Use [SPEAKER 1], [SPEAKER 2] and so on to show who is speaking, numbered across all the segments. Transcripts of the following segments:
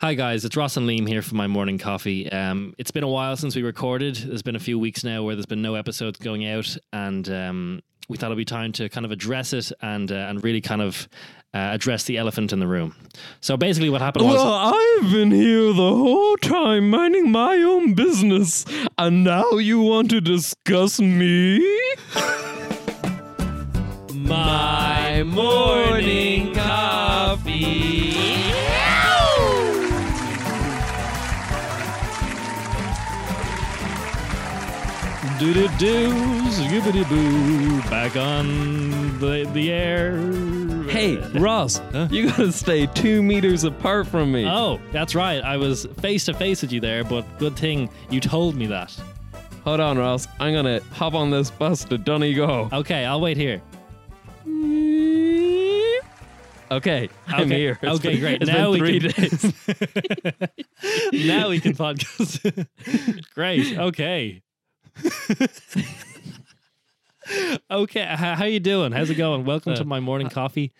[SPEAKER 1] Hi guys, it's Ross and Liam here for my morning coffee. Um, it's been a while since we recorded. There's been a few weeks now where there's been no episodes going out, and um, we thought it'd be time to kind of address it and uh, and really kind of uh, address the elephant in the room. So basically, what happened was
[SPEAKER 2] Well, I've been here the whole time minding my own business, and now you want to discuss me?
[SPEAKER 1] my
[SPEAKER 2] morning coffee.
[SPEAKER 1] Do do do, zoobity boo, back on the the air.
[SPEAKER 2] Hey, Ross, you gotta stay two meters apart from me.
[SPEAKER 1] Oh, that's right. I was face to face with you there, but good thing you told me that.
[SPEAKER 2] Hold on, Ross. I'm gonna hop on this bus to Donegal.
[SPEAKER 1] Okay, I'll wait here.
[SPEAKER 2] Okay, I'm
[SPEAKER 1] okay.
[SPEAKER 2] here. It's
[SPEAKER 1] okay,
[SPEAKER 2] been-
[SPEAKER 1] great.
[SPEAKER 2] it's
[SPEAKER 1] now
[SPEAKER 2] been
[SPEAKER 1] we
[SPEAKER 2] three
[SPEAKER 1] can,
[SPEAKER 2] days.
[SPEAKER 1] now we can podcast. great. Okay. okay. h- How, you doing? How's it going? Welcome
[SPEAKER 2] Uh,
[SPEAKER 1] to my morning coffee.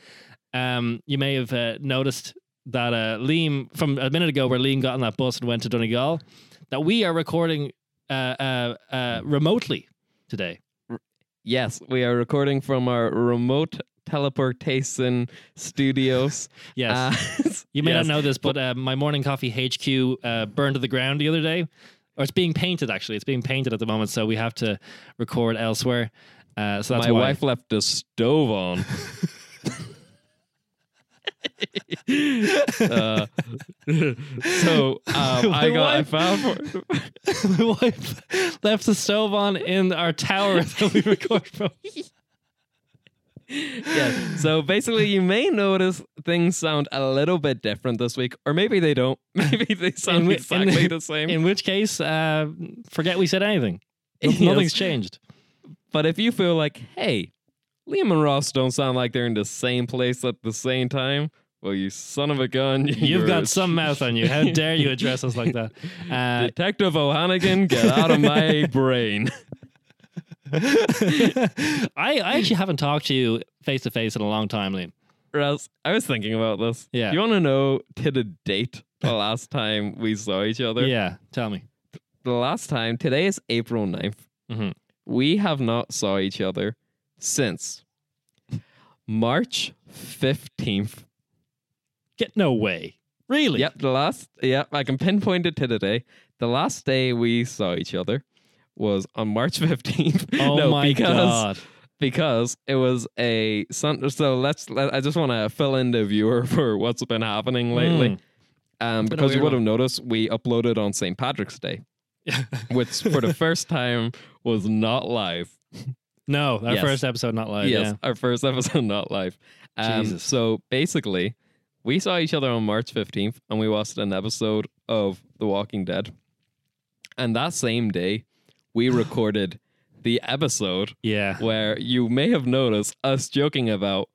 [SPEAKER 1] Um, you may have uh, noticed that uh, Liam from a minute ago, where Liam got on that bus and went to Donegal, that we are recording uh, uh, uh, remotely today.
[SPEAKER 2] Yes, we are recording from our remote teleportation studios.
[SPEAKER 1] Yes.
[SPEAKER 2] Uh,
[SPEAKER 1] You may
[SPEAKER 2] yes.
[SPEAKER 1] not know this, but uh, my morning coffee HQ uh, burned to the ground the other day, or it's being painted actually. It's being painted at the moment, so we have to record elsewhere. Uh, so that's
[SPEAKER 2] My
[SPEAKER 1] why.
[SPEAKER 2] wife left the stove on. Uh, so um,
[SPEAKER 1] My
[SPEAKER 2] I got
[SPEAKER 1] wife-
[SPEAKER 2] I found for,
[SPEAKER 1] my wife left the stove on in our tower that we record from.
[SPEAKER 2] yeah. So basically, you may notice things sound a little bit different this week, or maybe they don't. Maybe they sound
[SPEAKER 1] whi- in
[SPEAKER 2] exactly
[SPEAKER 1] the-
[SPEAKER 2] the, same.
[SPEAKER 1] In which case, uh, forget we said anything.
[SPEAKER 2] Yes.
[SPEAKER 1] Nothing's changed.
[SPEAKER 2] But if you feel like, hey, Liam and Ross don't sound like they're in the same place at the same time, well, you son of a gun,
[SPEAKER 1] You've
[SPEAKER 2] you're a
[SPEAKER 1] got some mouth on you. How dare you address us like that? Uh,
[SPEAKER 2] Detective O'Hannigan, get out of my brain.
[SPEAKER 1] I, I actually haven't talked to you face to face in a long time, Liam.
[SPEAKER 2] Russ, I was thinking about this.
[SPEAKER 1] Yeah.
[SPEAKER 2] You want to know to the date the last time we saw each other?
[SPEAKER 1] Yeah, tell me.
[SPEAKER 2] The last time, today is April 9th.
[SPEAKER 1] Mhm.
[SPEAKER 2] We have not saw each other since March 15th.
[SPEAKER 1] Get no way. Really?
[SPEAKER 2] Yep, the last, yep, I can pinpoint it to the day. The last day we saw each other was on March 15th.
[SPEAKER 1] Oh
[SPEAKER 2] no,
[SPEAKER 1] my
[SPEAKER 2] because
[SPEAKER 1] god.
[SPEAKER 2] because it was a sun. So let's. Let, I just want to fill in the viewer for what's been happening lately. Um,
[SPEAKER 1] Hmm. been a
[SPEAKER 2] because you
[SPEAKER 1] weird one.
[SPEAKER 2] would have noticed we uploaded on St. Patrick's Day, which for the first time was not live.
[SPEAKER 1] No, our
[SPEAKER 2] Yes.
[SPEAKER 1] first episode not live.
[SPEAKER 2] yes, our first episode not live. Um,
[SPEAKER 1] Jesus.
[SPEAKER 2] So basically, we saw each other on March fifteenth, and we watched an episode of The Walking Dead. And that same day, we recorded the episode
[SPEAKER 1] Yeah. Yeah.
[SPEAKER 2] where you may have noticed us joking about,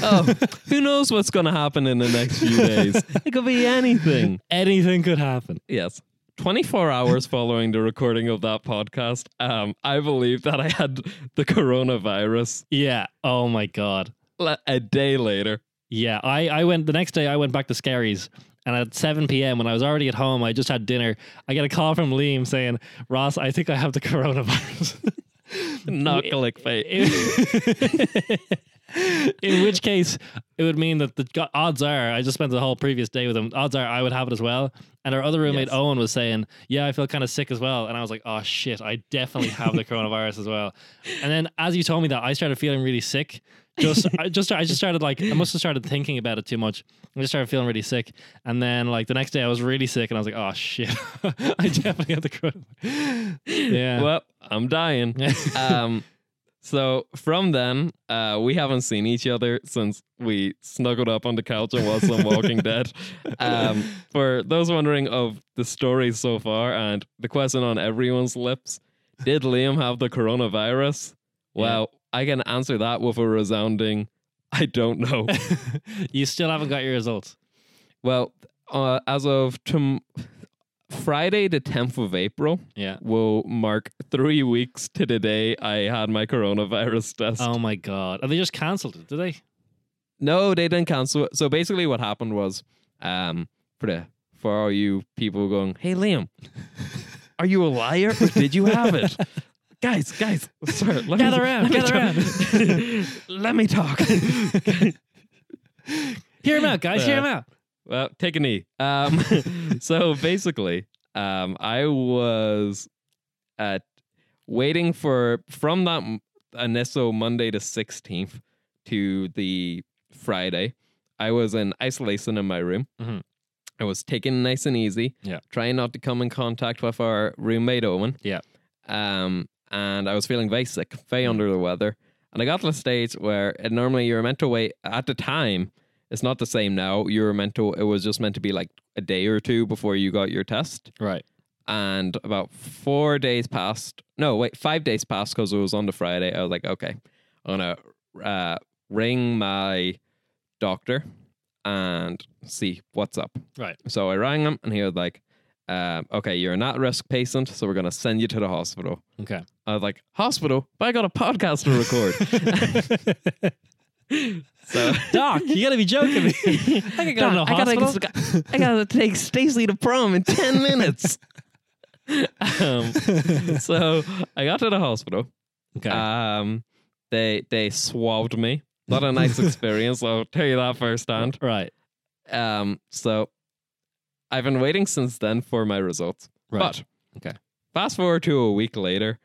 [SPEAKER 2] oh, who knows what's going to happen in the next few days? It could be anything.
[SPEAKER 1] Anything could happen.
[SPEAKER 2] Yes. 24 hours following the recording of that podcast, um, I believe that I had the coronavirus
[SPEAKER 1] Yeah. Oh my god.
[SPEAKER 2] le- a day later.
[SPEAKER 1] Yeah. I, I went the next day I went back to Scary's and at 7 p.m. when I was already at home, I just had dinner. I get a call from Liam saying, Ross, I think I have the coronavirus.
[SPEAKER 2] Not
[SPEAKER 1] It-
[SPEAKER 2] clickbait.
[SPEAKER 1] In in which case, it would mean that the go- odds are I just spent the whole previous day with him. Odds are I would have it as well. And our other roommate
[SPEAKER 2] Yes.
[SPEAKER 1] Owen was saying, "Yeah, I feel kind of sick as well." And I was like, "Oh shit, I definitely have the coronavirus as well." And then as you told me that, I started feeling really sick. Just I just I just started like I must have started thinking about it too much. I just started feeling really sick. And then like the next day, I was really sick, and I was like, "Oh shit, I definitely have the coronavirus." Yeah.
[SPEAKER 2] Well, I'm dying. Um, so from then, uh, we haven't seen each other since we snuggled up on the couch and watched some Walking Dead. Um, for those wondering of the stories so far and the question on everyone's lips, did Liam have the coronavirus?
[SPEAKER 1] Yeah.
[SPEAKER 2] Well, I can answer that with a resounding, I don't know.
[SPEAKER 1] you still haven't got your results.
[SPEAKER 2] well, uh, as of tom- Friday, the 10th of April,
[SPEAKER 1] Yeah.
[SPEAKER 2] will mark three weeks to the day I had my coronavirus test.
[SPEAKER 1] Oh my god. And they just cancelled it, did they?
[SPEAKER 2] No, they didn't cancel it. So basically, what happened was, um, for the for all you people going, hey, Liam, are you a liar? Or did you have it? guys, guys, sir, let
[SPEAKER 1] Gather
[SPEAKER 2] me,
[SPEAKER 1] round,
[SPEAKER 2] let me
[SPEAKER 1] gather
[SPEAKER 2] talk. let me talk.
[SPEAKER 1] Hear him out, guys. Hear
[SPEAKER 2] Uh,
[SPEAKER 1] him out.
[SPEAKER 2] Well, take a knee. Um, so basically, um, I was at waiting for from that m- Anesso Monday to 16th to the Friday. I was in isolation in my room.
[SPEAKER 1] Mhm.
[SPEAKER 2] I was taking it nice and easy.
[SPEAKER 1] Yeah.
[SPEAKER 2] Trying not to come in contact with our roommate Owen.
[SPEAKER 1] Yeah. Mm.
[SPEAKER 2] Um, and I was feeling very sick, very under the weather. And I got to the stage where it, normally you're meant to wait at the time. It's not the same now. You were meant to. It was just meant to be like a day or two before you got your test.
[SPEAKER 1] Right.
[SPEAKER 2] And about four days passed. No, wait, five days passed because it was on the Friday. I was like, okay, I'm gonna uh, ring my doctor and see what's up.
[SPEAKER 1] Right.
[SPEAKER 2] So I rang him, and he was like, uh, okay, you're not risk patient, so we're gonna send you to the hospital.
[SPEAKER 1] Okay.
[SPEAKER 2] I was like, hospital, but I got a podcast to record. so.
[SPEAKER 1] Doc, you gotta be joking me. I can go to the
[SPEAKER 2] Doc, I gotta-
[SPEAKER 1] hospital.
[SPEAKER 2] I gotta take Stacy to prom in ten minutes. um, so I got to the hospital.
[SPEAKER 1] okay.
[SPEAKER 2] Um, they they swabbed me. Not a nice experience. I'll tell you that firsthand.
[SPEAKER 1] right.
[SPEAKER 2] Um, so I've been waiting since then for my results.
[SPEAKER 1] Right.
[SPEAKER 2] But
[SPEAKER 1] Okay.
[SPEAKER 2] Fast forward to a week later,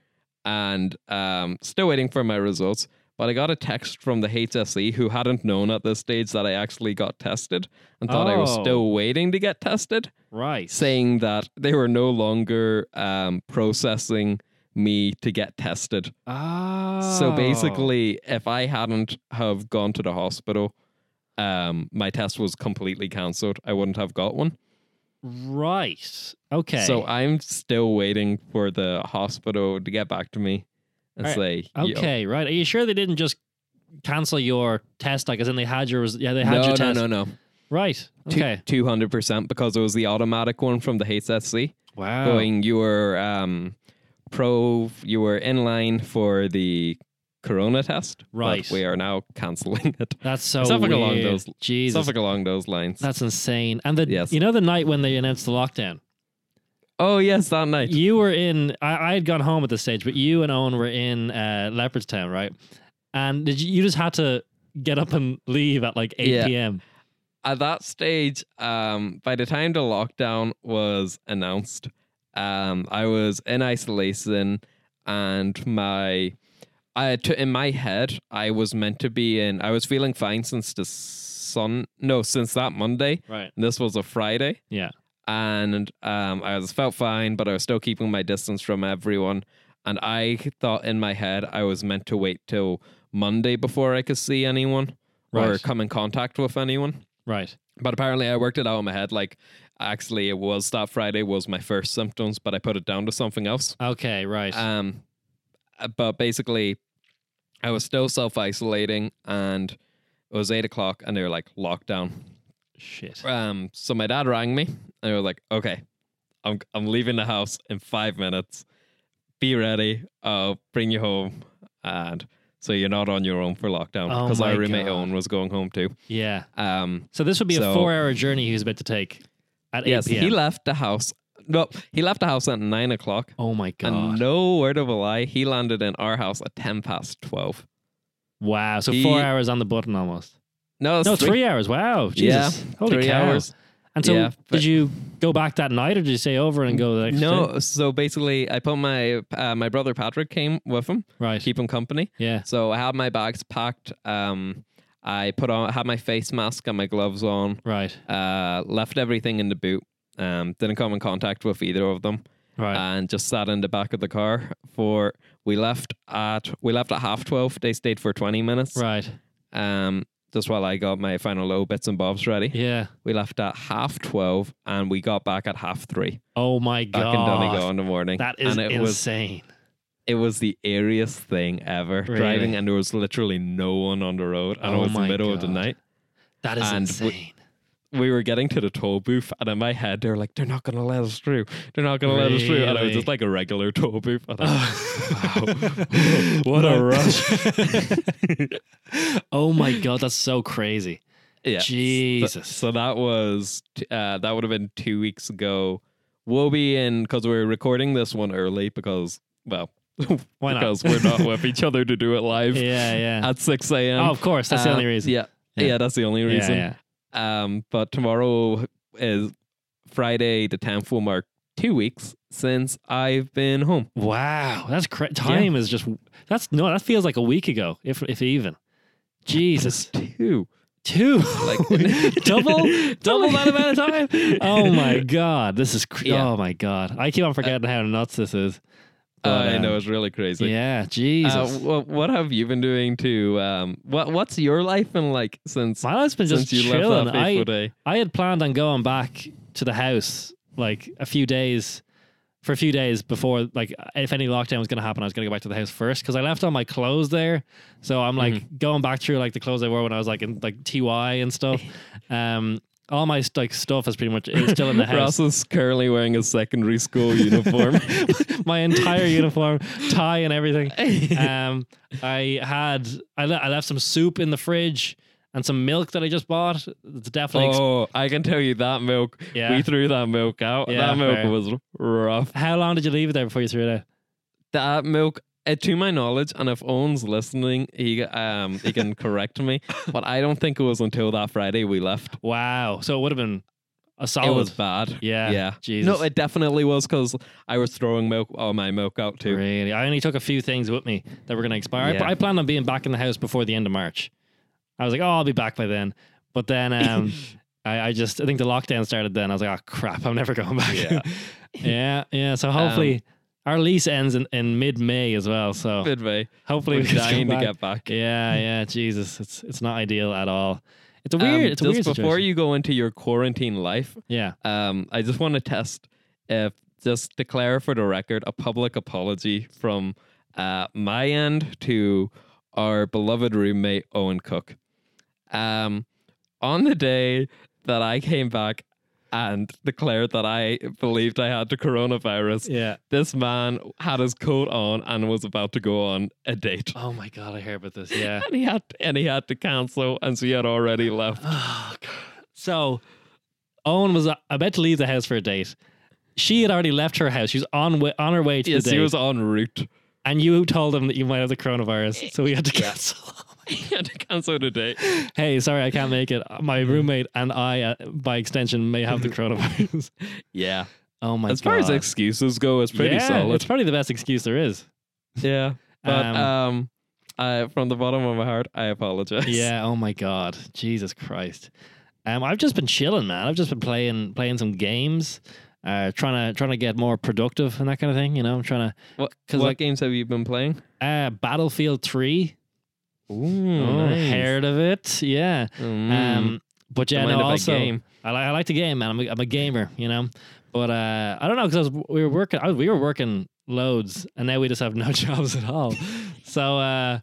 [SPEAKER 2] and um, still waiting for my results. But I got a text from the HSE who hadn't known at this stage that I actually got tested and thought I was
[SPEAKER 1] Oh.
[SPEAKER 2] still waiting to get tested,
[SPEAKER 1] right.
[SPEAKER 2] saying that they were no longer um, processing me to get tested.
[SPEAKER 1] Oh.
[SPEAKER 2] So basically, if I hadn't have gone to the hospital, um, my test was completely cancelled. I wouldn't have got one.
[SPEAKER 1] Right. Oh, Okay.
[SPEAKER 2] So uh, I'm still waiting for the hospital to get back to me and
[SPEAKER 1] All
[SPEAKER 2] say, "Yo."
[SPEAKER 1] Okay, right. Are you sure they didn't just cancel your test? Like, as in they had your, res- yeah, they had
[SPEAKER 2] No,
[SPEAKER 1] your
[SPEAKER 2] no,
[SPEAKER 1] test.
[SPEAKER 2] no, no,
[SPEAKER 1] Right. Okay.
[SPEAKER 2] two hundred percent because it was the automatic one from the HSC
[SPEAKER 1] wow.
[SPEAKER 2] going. You were um, pro, you were in line for the corona test, but
[SPEAKER 1] Right.
[SPEAKER 2] we are now canceling it.
[SPEAKER 1] That's so
[SPEAKER 2] Something
[SPEAKER 1] weird.
[SPEAKER 2] along those-
[SPEAKER 1] Jesus.
[SPEAKER 2] Something along those lines.
[SPEAKER 1] That's insane. And the
[SPEAKER 2] Yes.
[SPEAKER 1] you know the night when they announced the lockdown,
[SPEAKER 2] oh yes, that night.
[SPEAKER 1] you were in. I, I had gone home at this stage, but you and Owen were in uh, Leopardstown, right? And did you, you just had to get up and leave at like eight
[SPEAKER 2] Yeah.
[SPEAKER 1] p.m.
[SPEAKER 2] At that stage, um, by the time the lockdown was announced, um, I was in isolation, and my, I t- in my head, I was meant to be in. I was feeling fine since the sun. No, since that Monday.
[SPEAKER 1] Right.
[SPEAKER 2] This was a Friday
[SPEAKER 1] Yeah.
[SPEAKER 2] and um, I was felt fine, but I was still keeping my distance from everyone. And I thought in my head I was meant to wait till Monday before I could see anyone or
[SPEAKER 1] Right.
[SPEAKER 2] come in contact with anyone.
[SPEAKER 1] Right.
[SPEAKER 2] But apparently, I worked it out in my head. Like, actually, it was that Friday was my first symptoms, but I put it down to something else.
[SPEAKER 1] Okay. Right.
[SPEAKER 2] Um, uh, but basically, I was still self isolating, and it was eight o'clock, and they were like lockdown.
[SPEAKER 1] Shit.
[SPEAKER 2] Um, so my dad rang me, and I was like, "Okay, I'm I'm leaving the house in five minutes. Be ready. I'll bring you home, and so you're not on your own for lockdown
[SPEAKER 1] Oh
[SPEAKER 2] because
[SPEAKER 1] my
[SPEAKER 2] our roommate
[SPEAKER 1] God.
[SPEAKER 2] Owen was going home too."
[SPEAKER 1] Yeah.
[SPEAKER 2] Um,
[SPEAKER 1] So this would be a
[SPEAKER 2] So-
[SPEAKER 1] four-hour journey he was about to take at
[SPEAKER 2] yes,
[SPEAKER 1] eight p.m.
[SPEAKER 2] he left the house. No, he left the house at nine o'clock,
[SPEAKER 1] oh my god.
[SPEAKER 2] and no word of a lie, he landed in our house at ten past twelve.
[SPEAKER 1] Wow. So
[SPEAKER 2] He-
[SPEAKER 1] four hours on the button almost.
[SPEAKER 2] No, it's
[SPEAKER 1] no,
[SPEAKER 2] three,
[SPEAKER 1] three, hours. Wow. Jesus.
[SPEAKER 2] Yeah,
[SPEAKER 1] Holy
[SPEAKER 2] three
[SPEAKER 1] cow.
[SPEAKER 2] hours.
[SPEAKER 1] And so
[SPEAKER 2] Yeah, but-
[SPEAKER 1] did you go back that night or did you stay over and go the next day?
[SPEAKER 2] No, so basically, I put my uh, my brother Patrick came with him,
[SPEAKER 1] Right.
[SPEAKER 2] keep him company.
[SPEAKER 1] yeah.
[SPEAKER 2] So I had my bags packed. Um, I put on had my face mask and my gloves on.
[SPEAKER 1] Right.
[SPEAKER 2] Uh, left everything in the boot. Um, didn't come in contact with either of them,
[SPEAKER 1] Right.
[SPEAKER 2] and just sat in the back of the car for. We left at we left at half twelve. They stayed for twenty minutes.
[SPEAKER 1] right.
[SPEAKER 2] Um, just while I got my final low bits and bobs ready.
[SPEAKER 1] Yeah.
[SPEAKER 2] We left at half twelve, and we got back at half three.
[SPEAKER 1] Oh my
[SPEAKER 2] Back in Donegal
[SPEAKER 1] god.
[SPEAKER 2] in the morning.
[SPEAKER 1] That is
[SPEAKER 2] and it was
[SPEAKER 1] insane.
[SPEAKER 2] it was the airiest thing ever
[SPEAKER 1] Really?
[SPEAKER 2] driving, and there was literally no one on the road, and
[SPEAKER 1] Oh
[SPEAKER 2] it was the
[SPEAKER 1] my
[SPEAKER 2] middle of the
[SPEAKER 1] God.
[SPEAKER 2] night.
[SPEAKER 1] that is
[SPEAKER 2] and w-
[SPEAKER 1] insane.
[SPEAKER 2] We were getting to the toll booth, and in my head, they're like, "They're not gonna let us through. They're not gonna let us through." And it was
[SPEAKER 1] Really?
[SPEAKER 2] just like a regular toll booth. And I
[SPEAKER 1] Oh.
[SPEAKER 2] was like, what a rush!
[SPEAKER 1] oh my god, that's so crazy.
[SPEAKER 2] Yeah. so-
[SPEAKER 1] Jesus.
[SPEAKER 2] So, that was t- uh, that would have been two weeks ago. We'll be in because we're recording this one early because well,
[SPEAKER 1] Why not?
[SPEAKER 2] because we're not with each other to do it live
[SPEAKER 1] yeah, yeah.
[SPEAKER 2] at six a.m.
[SPEAKER 1] oh, of course. That's the
[SPEAKER 2] Uh,
[SPEAKER 1] only reason.
[SPEAKER 2] Yeah,
[SPEAKER 1] Yeah.
[SPEAKER 2] yeah, that's the only reason.
[SPEAKER 1] Yeah,
[SPEAKER 2] Um, but tomorrow is Friday. The tenth will mark two weeks since I've been home.
[SPEAKER 1] yeah. Wow, that's cra- time is just that's no, that feels like a week ago, if if even. Jesus,
[SPEAKER 2] Two,
[SPEAKER 1] two
[SPEAKER 2] like
[SPEAKER 1] double double that amount of time. Oh my god, this is cr-
[SPEAKER 2] Yeah. Uh,
[SPEAKER 1] oh my god. I keep on forgetting how nuts this is.
[SPEAKER 2] I
[SPEAKER 1] um,
[SPEAKER 2] know it's really crazy.
[SPEAKER 1] yeah,
[SPEAKER 2] Uh,
[SPEAKER 1] Jesus.
[SPEAKER 2] wh- what have you been doing to um what what's your life been like since
[SPEAKER 1] my life's been just
[SPEAKER 2] since you
[SPEAKER 1] chilling.
[SPEAKER 2] left that fateful
[SPEAKER 1] I,
[SPEAKER 2] day?
[SPEAKER 1] I had planned on going back to the house like a few days for a few days before like if any lockdown was going to happen I was going to go back to the house first cuz I left all my clothes there so I'm like
[SPEAKER 2] Mm-hmm.
[SPEAKER 1] going back through like the clothes I wore when I was like in like TY and stuff um all my like stuff is pretty much is still in the house
[SPEAKER 2] Ross is currently wearing a secondary school uniform.
[SPEAKER 1] my entire uniform tie and everything um, I had I, le- I left some soup in the fridge and some milk that I just bought it's definitely ex-
[SPEAKER 2] oh, I can tell you that milk.
[SPEAKER 1] Yeah.
[SPEAKER 2] We threw that milk out.
[SPEAKER 1] Yeah,
[SPEAKER 2] that milk
[SPEAKER 1] fair.
[SPEAKER 2] was rough.
[SPEAKER 1] how long did you leave it there before you threw it out
[SPEAKER 2] That milk, uh, to my knowledge, and if Owen's listening, he um he can correct me. But I don't think it was until that Friday we left.
[SPEAKER 1] Wow. So it would have been a solid.
[SPEAKER 2] It was bad.
[SPEAKER 1] Oh, Yeah.
[SPEAKER 2] yeah.
[SPEAKER 1] Jesus.
[SPEAKER 2] No, it definitely was because I was throwing milk, all my milk out too.
[SPEAKER 1] really. I only took a few things with me that were going to expire.
[SPEAKER 2] Yeah.
[SPEAKER 1] I, I planned on being back in the house before the end of March. I was like, oh, I'll be back by then. But then um, I, I just, I think the lockdown started then. I was like, oh, crap, I'm never going back.
[SPEAKER 2] Yeah.
[SPEAKER 1] yeah. Yeah. So hopefully our lease ends in, in mid May as well. So
[SPEAKER 2] Good way.
[SPEAKER 1] hopefully
[SPEAKER 2] We're
[SPEAKER 1] we can come
[SPEAKER 2] dying to
[SPEAKER 1] back.
[SPEAKER 2] get back.
[SPEAKER 1] Yeah. Yeah. Jesus. It's it's not ideal at all. It's a weird,
[SPEAKER 2] Um,
[SPEAKER 1] it's a
[SPEAKER 2] just
[SPEAKER 1] weird
[SPEAKER 2] before
[SPEAKER 1] situation.
[SPEAKER 2] you go into your quarantine life,
[SPEAKER 1] yeah.
[SPEAKER 2] um, I just want to test if just declare for the record a public apology from uh, my end to our beloved roommate Owen Cook. Um, on the day that I came back and declared that I believed I had the coronavirus,
[SPEAKER 1] Yeah.
[SPEAKER 2] this man had his coat on and was about to go on a date.
[SPEAKER 1] Oh my God. I heard about this. Yeah.
[SPEAKER 2] And he had and he had to cancel, and she had already left.
[SPEAKER 1] Oh, God. So Owen was uh, about to leave the house for a date. She had already left her house. She was on wa- on her way to
[SPEAKER 2] Yes,
[SPEAKER 1] the date,
[SPEAKER 2] he was en route.
[SPEAKER 1] and you told him that you might have the coronavirus, so we had to cancel.
[SPEAKER 2] he had to cancel the date.
[SPEAKER 1] hey, sorry, I can't make it. My roommate and I, uh, by extension, may have the coronavirus.
[SPEAKER 2] Yeah.
[SPEAKER 1] oh my
[SPEAKER 2] as
[SPEAKER 1] god!
[SPEAKER 2] far as excuses go, it's pretty
[SPEAKER 1] yeah,
[SPEAKER 2] solid.
[SPEAKER 1] It's probably the best excuse there is.
[SPEAKER 2] Yeah. But
[SPEAKER 1] Um,
[SPEAKER 2] um, I, from the bottom of my heart, I apologize.
[SPEAKER 1] Yeah. Oh my god. Jesus Christ. Um, I've just been chilling, man. I've just been playing playing some games, uh, trying to trying to get more productive and that kind of thing. You know, I'm trying to
[SPEAKER 2] What,
[SPEAKER 1] 'Cause,
[SPEAKER 2] what
[SPEAKER 1] like-
[SPEAKER 2] games have you been playing?
[SPEAKER 1] Uh, Battlefield 3.
[SPEAKER 2] Ooh,
[SPEAKER 1] Oh, Heard of it. Yeah. Um, but yeah,
[SPEAKER 2] Mm. Remind
[SPEAKER 1] no,
[SPEAKER 2] of a
[SPEAKER 1] also,
[SPEAKER 2] game.
[SPEAKER 1] I, li- I like the game, man. I'm a, I'm a gamer, you know? But uh, I don't know, because we were working, I, was- we were working loads, and now we just have no jobs at all. so uh,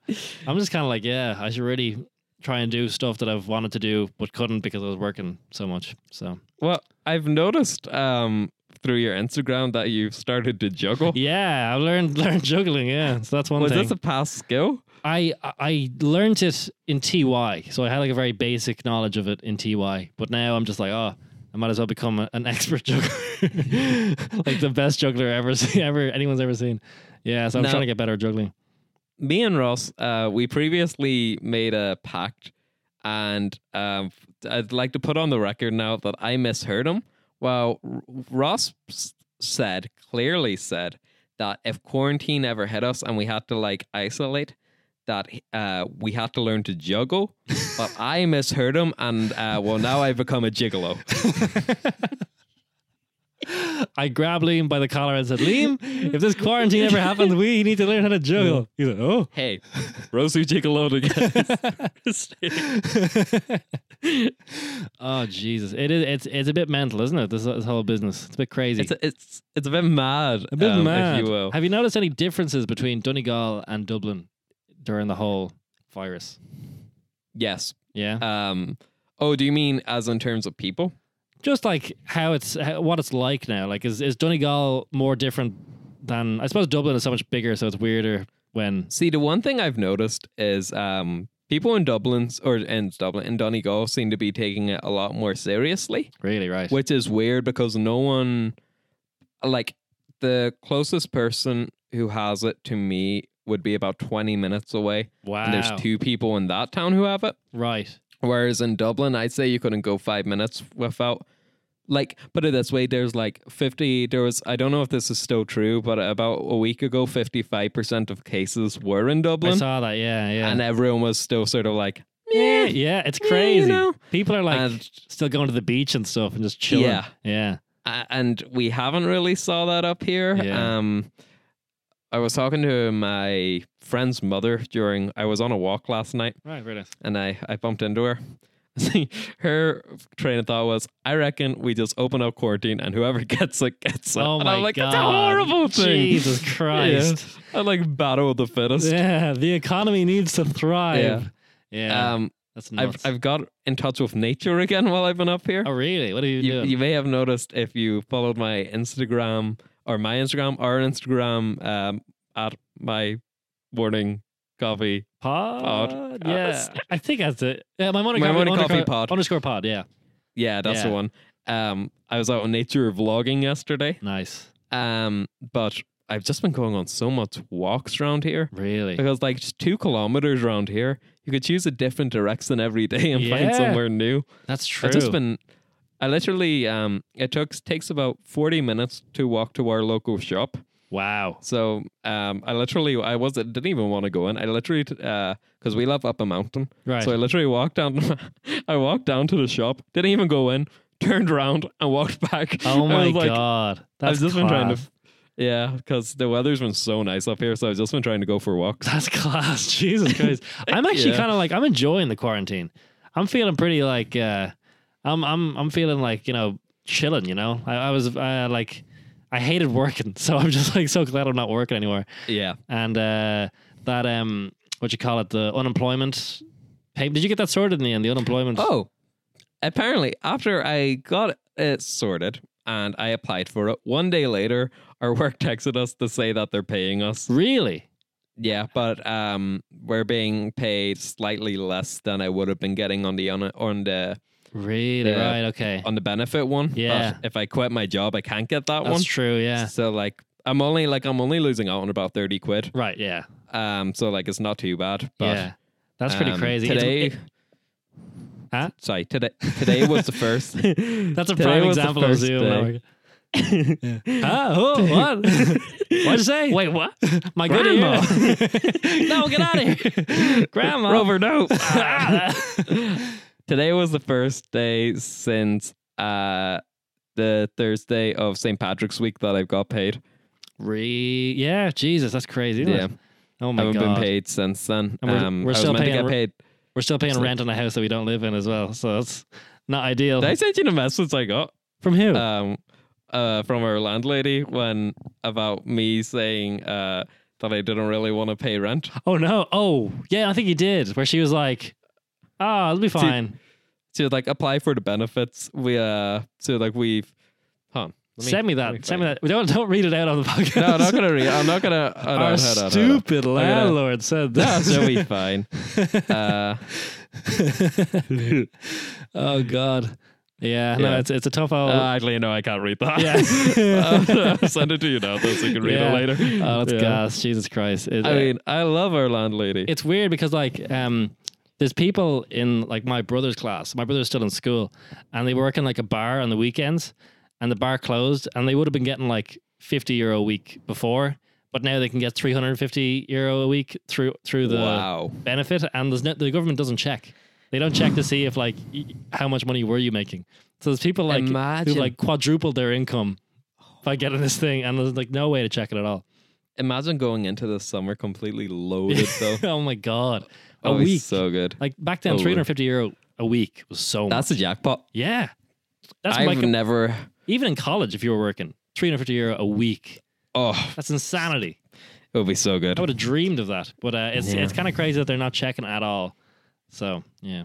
[SPEAKER 1] I'm just kind of like, yeah, I should really try and do stuff that I've wanted to do, but couldn't because I was working so much. So
[SPEAKER 2] well, I've noticed um, through your Instagram that you've started to juggle.
[SPEAKER 1] yeah, I learned learned juggling. Yeah, so that's one
[SPEAKER 2] Oh. Was
[SPEAKER 1] thing.
[SPEAKER 2] this a past skill?
[SPEAKER 1] I I learned it in TY, so I had like a very basic knowledge of it in TY. But now I'm just like, oh, I might as well become a- an expert juggler, like the best juggler ever see- ever anyone's ever seen. Yeah, so I'm
[SPEAKER 2] Now-
[SPEAKER 1] trying to get better at juggling.
[SPEAKER 2] me and Ross, uh, we previously made a pact, and um, I'd like to put on the record now that I misheard him. Well, R- Ross s- said clearly said that if quarantine ever hit us and we had to like isolate, that uh, we had to learn to juggle. but I misheard him, and uh, well, now I've become a gigolo.
[SPEAKER 1] I grabbed Liam by the collar and said, Liam, if this quarantine ever happens, we need to learn how to juggle. He's like, oh.
[SPEAKER 2] Hey, Rosu gigolo again.
[SPEAKER 1] oh Jesus! It is. It's it's a bit mental, isn't it? This, this whole business. It's a bit crazy.
[SPEAKER 2] it's it's it's a bit mad,
[SPEAKER 1] A bit
[SPEAKER 2] um,
[SPEAKER 1] mad.
[SPEAKER 2] if you will.
[SPEAKER 1] Have you noticed any differences between Donegal and Dublin during the whole virus?
[SPEAKER 2] Yes,
[SPEAKER 1] Yeah,
[SPEAKER 2] Um, oh, do you mean as in terms of people?
[SPEAKER 1] just like how it's how, what it's like now. Like, is is Donegal more different than I suppose Dublin is so much bigger, so it's weirder when
[SPEAKER 2] See, the one thing I've noticed is um, people in Dublin or in Dublin in Donegal seem to be taking it a lot more seriously,
[SPEAKER 1] Really, right?
[SPEAKER 2] which is weird because no one, like, the closest person who has it to me would be about 20 minutes away.
[SPEAKER 1] wow.
[SPEAKER 2] And there's two people in that town who have it.
[SPEAKER 1] Right.
[SPEAKER 2] Whereas in Dublin, I'd say you couldn't go five minutes without, like, put it this way, there's like 50, there was, I don't know if this is still true, but about a week ago, 55% of cases were in
[SPEAKER 1] I
[SPEAKER 2] Dublin.
[SPEAKER 1] saw that. Yeah, yeah.
[SPEAKER 2] And everyone was still sort of like,
[SPEAKER 1] yeah,
[SPEAKER 2] yeah.
[SPEAKER 1] yeah, it's
[SPEAKER 2] you
[SPEAKER 1] crazy.
[SPEAKER 2] know.
[SPEAKER 1] People are like
[SPEAKER 2] And-
[SPEAKER 1] still going to the beach and stuff and just chilling.
[SPEAKER 2] Yeah.
[SPEAKER 1] Yeah.
[SPEAKER 2] A- And we haven't really saw that up here.
[SPEAKER 1] Yeah.
[SPEAKER 2] Um, I was talking to my friend's mother during, I was on a walk last night.
[SPEAKER 1] Right, very nice.
[SPEAKER 2] and I, I bumped into her. her train of thought was, I reckon we just open up quarantine and whoever gets it gets it.
[SPEAKER 1] Oh
[SPEAKER 2] and
[SPEAKER 1] my
[SPEAKER 2] I'm like,
[SPEAKER 1] god.
[SPEAKER 2] that's a horrible thing.
[SPEAKER 1] Jesus Christ.
[SPEAKER 2] Yeah. I like battle of the fittest.
[SPEAKER 1] Yeah, the economy needs to thrive. Yeah.
[SPEAKER 2] Um,
[SPEAKER 1] that's
[SPEAKER 2] I've
[SPEAKER 1] nuts.
[SPEAKER 2] I've got in touch with nature again while I've been up here.
[SPEAKER 1] oh, really? What are you,
[SPEAKER 2] you,
[SPEAKER 1] doing?
[SPEAKER 2] you may have noticed if you followed my Instagram or my Instagram, our Instagram um, at my morning coffee.
[SPEAKER 1] pod?
[SPEAKER 2] Pod.
[SPEAKER 1] Yeah. I think that's it. Yeah, my morning
[SPEAKER 2] My
[SPEAKER 1] coffee,
[SPEAKER 2] morning coffee
[SPEAKER 1] underscore-
[SPEAKER 2] pod.
[SPEAKER 1] Underscore pod, yeah.
[SPEAKER 2] Yeah, that's the
[SPEAKER 1] Yeah.
[SPEAKER 2] one. Um, I was out on nature vlogging yesterday.
[SPEAKER 1] Nice.
[SPEAKER 2] Um, but I've just been going on so much walks around here
[SPEAKER 1] Really?
[SPEAKER 2] because, like, just two kilometers around here, you could choose a different direction every day and
[SPEAKER 1] Yeah.
[SPEAKER 2] find somewhere new.
[SPEAKER 1] That's true.
[SPEAKER 2] I've just been, I literally, um, it took takes about forty minutes to walk to our local shop.
[SPEAKER 1] wow.
[SPEAKER 2] So, um, I literally, I was didn't even want to go in. I literally, t- uh, because we live up a mountain,
[SPEAKER 1] Right.
[SPEAKER 2] so I literally walked down. I walked down to the shop, didn't even go in, turned around and walked back.
[SPEAKER 1] oh
[SPEAKER 2] I
[SPEAKER 1] my
[SPEAKER 2] was like,
[SPEAKER 1] god. That's
[SPEAKER 2] I've just been trying
[SPEAKER 1] class.
[SPEAKER 2] to. Yeah, because the weather's been so nice up here, so I've just been trying to go for walks.
[SPEAKER 1] That's class. Jesus Christ. I'm actually
[SPEAKER 2] Yeah.
[SPEAKER 1] kind of like I'm enjoying the quarantine. I'm feeling pretty like uh I'm I'm I'm feeling like, you know, chilling, you know. I, I was uh, like I hated working, so I'm just like so glad I'm not working anymore.
[SPEAKER 2] Yeah,
[SPEAKER 1] And uh that um what you call it, the unemployment pay did you get that sorted in the end, the unemployment
[SPEAKER 2] Oh, apparently, after I got it sorted and I applied for it, one day later, our work texted us to say that they're paying us.
[SPEAKER 1] really?
[SPEAKER 2] Yeah, but um, we're being paid slightly less than I would have been getting on the on, on the
[SPEAKER 1] Really?
[SPEAKER 2] Yeah.
[SPEAKER 1] Right, okay.
[SPEAKER 2] on the benefit one. But
[SPEAKER 1] Yeah.
[SPEAKER 2] if I quit my job, I can't get that
[SPEAKER 1] That's
[SPEAKER 2] one.
[SPEAKER 1] true, yeah.
[SPEAKER 2] So like, I'm only like I'm only losing out on about thirty quid.
[SPEAKER 1] Right, yeah.
[SPEAKER 2] Um, so like, it's not too bad. But
[SPEAKER 1] yeah. That's pretty
[SPEAKER 2] um,
[SPEAKER 1] crazy. It's-
[SPEAKER 2] Today,
[SPEAKER 1] it- Huh?
[SPEAKER 2] sorry, today today was the first.
[SPEAKER 1] that's a
[SPEAKER 2] today
[SPEAKER 1] prime
[SPEAKER 2] was the
[SPEAKER 1] example of
[SPEAKER 2] first
[SPEAKER 1] Zoom.
[SPEAKER 2] day.
[SPEAKER 1] Huh? Oh, what? What'd you say?
[SPEAKER 2] Wait, what?
[SPEAKER 1] My
[SPEAKER 2] Grandma.
[SPEAKER 1] good ear.
[SPEAKER 2] No, get out of here.
[SPEAKER 1] Grandma.
[SPEAKER 2] Rover, no.
[SPEAKER 1] Ah.
[SPEAKER 2] today was the first day since uh the Thursday of St. Patrick's Week that I've got paid.
[SPEAKER 1] Re- yeah, Jesus, that's crazy. Isn't
[SPEAKER 2] Yeah.
[SPEAKER 1] It? Oh my
[SPEAKER 2] I haven't
[SPEAKER 1] god.
[SPEAKER 2] been paid since then.
[SPEAKER 1] And we're-
[SPEAKER 2] um,
[SPEAKER 1] we're
[SPEAKER 2] I was
[SPEAKER 1] still
[SPEAKER 2] meant to
[SPEAKER 1] paying
[SPEAKER 2] get
[SPEAKER 1] re-
[SPEAKER 2] paid.
[SPEAKER 1] We're still paying
[SPEAKER 2] It's like-
[SPEAKER 1] rent on a house that we don't live in as well, so that's not ideal.
[SPEAKER 2] Did I send you the message I got?
[SPEAKER 1] From who?
[SPEAKER 2] um, uh, from our landlady when about me saying uh, that I didn't really want to pay rent.
[SPEAKER 1] oh no. Oh yeah, I think he did. Where she was like, "Ah, it'll be fine."
[SPEAKER 2] To like apply for the benefits, we uh, so like we've, huh? let me-
[SPEAKER 1] send me
[SPEAKER 2] let
[SPEAKER 1] that. send me
[SPEAKER 2] find-
[SPEAKER 1] that. Don't don't read it out on the podcast.
[SPEAKER 2] No, I'm not gonna read. I'm not gonna. I don't,
[SPEAKER 1] Our
[SPEAKER 2] hold on, hold on.
[SPEAKER 1] stupid
[SPEAKER 2] gonna-
[SPEAKER 1] landlord said
[SPEAKER 2] No,
[SPEAKER 1] that.
[SPEAKER 2] she'll be fine. Uh,
[SPEAKER 1] oh God. Yeah,
[SPEAKER 2] Yeah.
[SPEAKER 1] no, it's it's a tough old.
[SPEAKER 2] uh, actually, no, I can't read that.
[SPEAKER 1] yeah.
[SPEAKER 2] I'll send it to you now, though, so you can read
[SPEAKER 1] Yeah.
[SPEAKER 2] it later.
[SPEAKER 1] Oh, that's
[SPEAKER 2] Yeah.
[SPEAKER 1] gas. Jesus Christ. It-
[SPEAKER 2] I mean, I love our landlady.
[SPEAKER 1] it's weird because like um there's people in like my brother's class. My brother's still in school and they work in like a bar on the weekends and the bar closed and they would have been getting like 50 euro a week before, but now they can get 350 euro a week through through the
[SPEAKER 2] wow.
[SPEAKER 1] benefit and there's no, the government doesn't check. They don't check to see if like y- how much money were you making. So there's people like
[SPEAKER 2] Imagine.
[SPEAKER 1] who like quadrupled their income by getting this thing and there's like no way to check it at all.
[SPEAKER 2] Imagine going into the summer completely loaded, though.
[SPEAKER 1] oh my god. A
[SPEAKER 2] That'd be
[SPEAKER 1] week.
[SPEAKER 2] Oh, so good.
[SPEAKER 1] Like back then,
[SPEAKER 2] Oh,
[SPEAKER 1] three hundred fifty euro a week was so much.
[SPEAKER 2] That's a jackpot.
[SPEAKER 1] Yeah, that's
[SPEAKER 2] I've
[SPEAKER 1] like a-
[SPEAKER 2] never.
[SPEAKER 1] even in college, if you were working three hundred fifty euro a week,
[SPEAKER 2] Oh,
[SPEAKER 1] that's insanity.
[SPEAKER 2] it would be so
[SPEAKER 1] I
[SPEAKER 2] good.
[SPEAKER 1] would have dreamed of that, but uh, it's
[SPEAKER 2] Yeah.
[SPEAKER 1] it's kind of crazy that they're not checking at all. So yeah,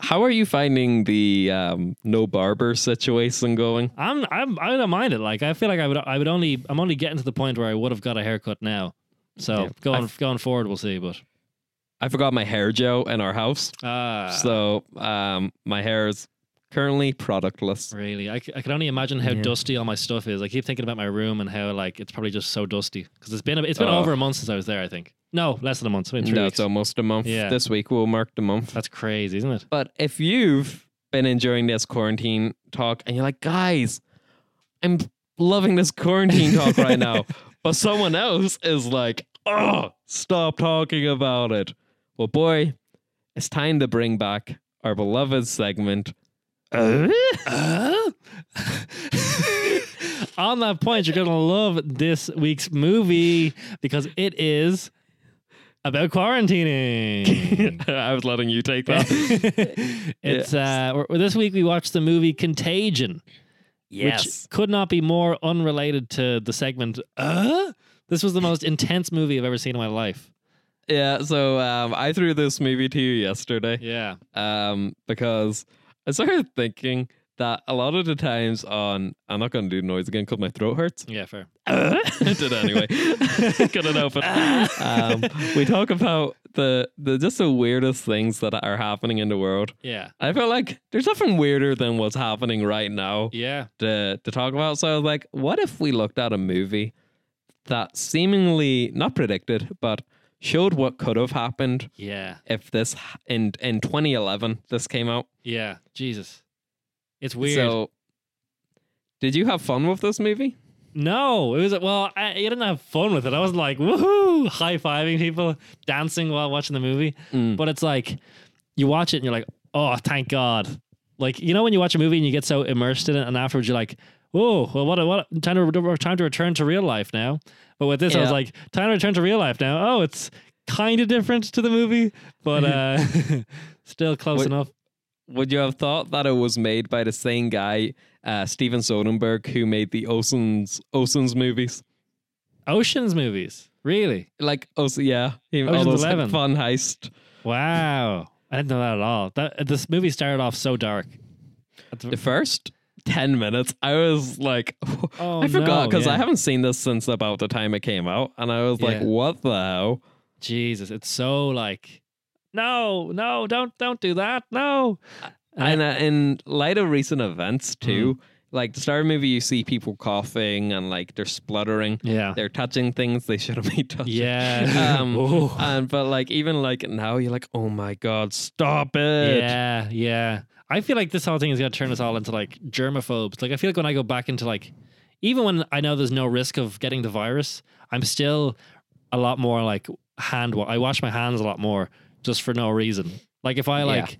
[SPEAKER 2] How are you finding the um, no barber situation going?
[SPEAKER 1] I'm I'm I don't mind it. Like I feel like I would I would only I'm only getting to the point where I would have got a haircut now. So
[SPEAKER 2] Yeah.
[SPEAKER 1] going going forward, we'll see. But
[SPEAKER 2] I forgot my hair gel in our house.
[SPEAKER 1] Ah,
[SPEAKER 2] so um, my hair is currently productless.
[SPEAKER 1] really, I, c- I can only imagine how
[SPEAKER 2] Yeah.
[SPEAKER 1] dusty all my stuff is. I keep thinking about my room and how like it's probably just so dusty because it's been a, it's been
[SPEAKER 2] Oh.
[SPEAKER 1] over a month since I was there. I think no, less than a month. It's been three
[SPEAKER 2] No,
[SPEAKER 1] weeks.
[SPEAKER 2] it's almost a month.
[SPEAKER 1] Yeah.
[SPEAKER 2] This week will mark the month.
[SPEAKER 1] That's crazy, isn't it?
[SPEAKER 2] But if you've been enjoying this quarantine talk and you're like, guys, I'm loving this quarantine talk right now, but someone else is like, oh, stop talking about it. Well, boy, it's time to bring back our beloved segment.
[SPEAKER 1] On that point, you're gonna love this week's movie because it is about quarantining.
[SPEAKER 2] I was letting you take that.
[SPEAKER 1] it's uh, we're- this week we watched the movie Contagion. which could not be more unrelated to the segment. Uh? This was the most intense movie I've ever seen in my life.
[SPEAKER 2] yeah. So um, I threw this movie to you yesterday.
[SPEAKER 1] Yeah,
[SPEAKER 2] um, because I started thinking that a lot of the times on I'm not going to do noise again because my throat hurts.
[SPEAKER 1] yeah, fair.
[SPEAKER 2] I did anyway. Got it open. um, we talk about the the just the weirdest things that are happening in the world.
[SPEAKER 1] Yeah,
[SPEAKER 2] I feel like there's nothing weirder than what's happening right now
[SPEAKER 1] yeah,
[SPEAKER 2] to to talk about. So I was like, what if we looked at a movie that seemingly not predicted, but showed what could have happened
[SPEAKER 1] yeah,
[SPEAKER 2] if this h- in in 2011 this came out.
[SPEAKER 1] yeah. Jesus, it's weird.
[SPEAKER 2] So, did you have fun with this movie?
[SPEAKER 1] No, it was well. I, I didn't have fun with it. I was like, woohoo, high fiving people, dancing while watching the movie.
[SPEAKER 2] Mm.
[SPEAKER 1] But it's like you watch it and you're like, oh, thank God. Like you know when you watch a movie and you get so immersed in it, and afterwards you're like, oh, well, what, a- what a- time to time to return to real life now. But with this, I was
[SPEAKER 2] Yeah.
[SPEAKER 1] like, time to return to real life now. Oh, it's kind of different to the movie, but uh, still close
[SPEAKER 2] Wait.
[SPEAKER 1] enough.
[SPEAKER 2] Would you have thought that it was made by the same guy, uh, Steven Soderbergh, who made the Ocean's Ocean's movies?
[SPEAKER 1] Ocean's movies, really?
[SPEAKER 2] Like, oh yeah, he, all
[SPEAKER 1] Ocean's
[SPEAKER 2] those
[SPEAKER 1] 11.
[SPEAKER 2] fun heist.
[SPEAKER 1] Wow, I didn't know that at all. That this movie started off so dark.
[SPEAKER 2] The first ten minutes, I was like,
[SPEAKER 1] Oh,
[SPEAKER 2] I forgot
[SPEAKER 1] no,
[SPEAKER 2] because I
[SPEAKER 1] yeah.
[SPEAKER 2] haven't seen this since about the time it came out, and I was like,
[SPEAKER 1] Yeah.
[SPEAKER 2] what the hell?
[SPEAKER 1] Jesus, it's so like, no, no, don't, don't do that, no.
[SPEAKER 2] And uh, in light of recent events
[SPEAKER 1] Mm.
[SPEAKER 2] too, like the start of the movie, you see people coughing and like they're spluttering.
[SPEAKER 1] Yeah,
[SPEAKER 2] they're touching things they shouldn't be touching.
[SPEAKER 1] yeah,
[SPEAKER 2] Um,
[SPEAKER 1] Ooh.
[SPEAKER 2] And but like even like now you're like, oh my god, stop it.
[SPEAKER 1] yeah, yeah. I feel like this whole thing is gonna turn us all into like germaphobes. Like, I feel like when I go back into like, even when I know there's no risk of getting the virus, I'm still a lot more like hand. Wa- I wash my hands a lot more just for no reason. Like if I
[SPEAKER 2] Yeah.
[SPEAKER 1] like,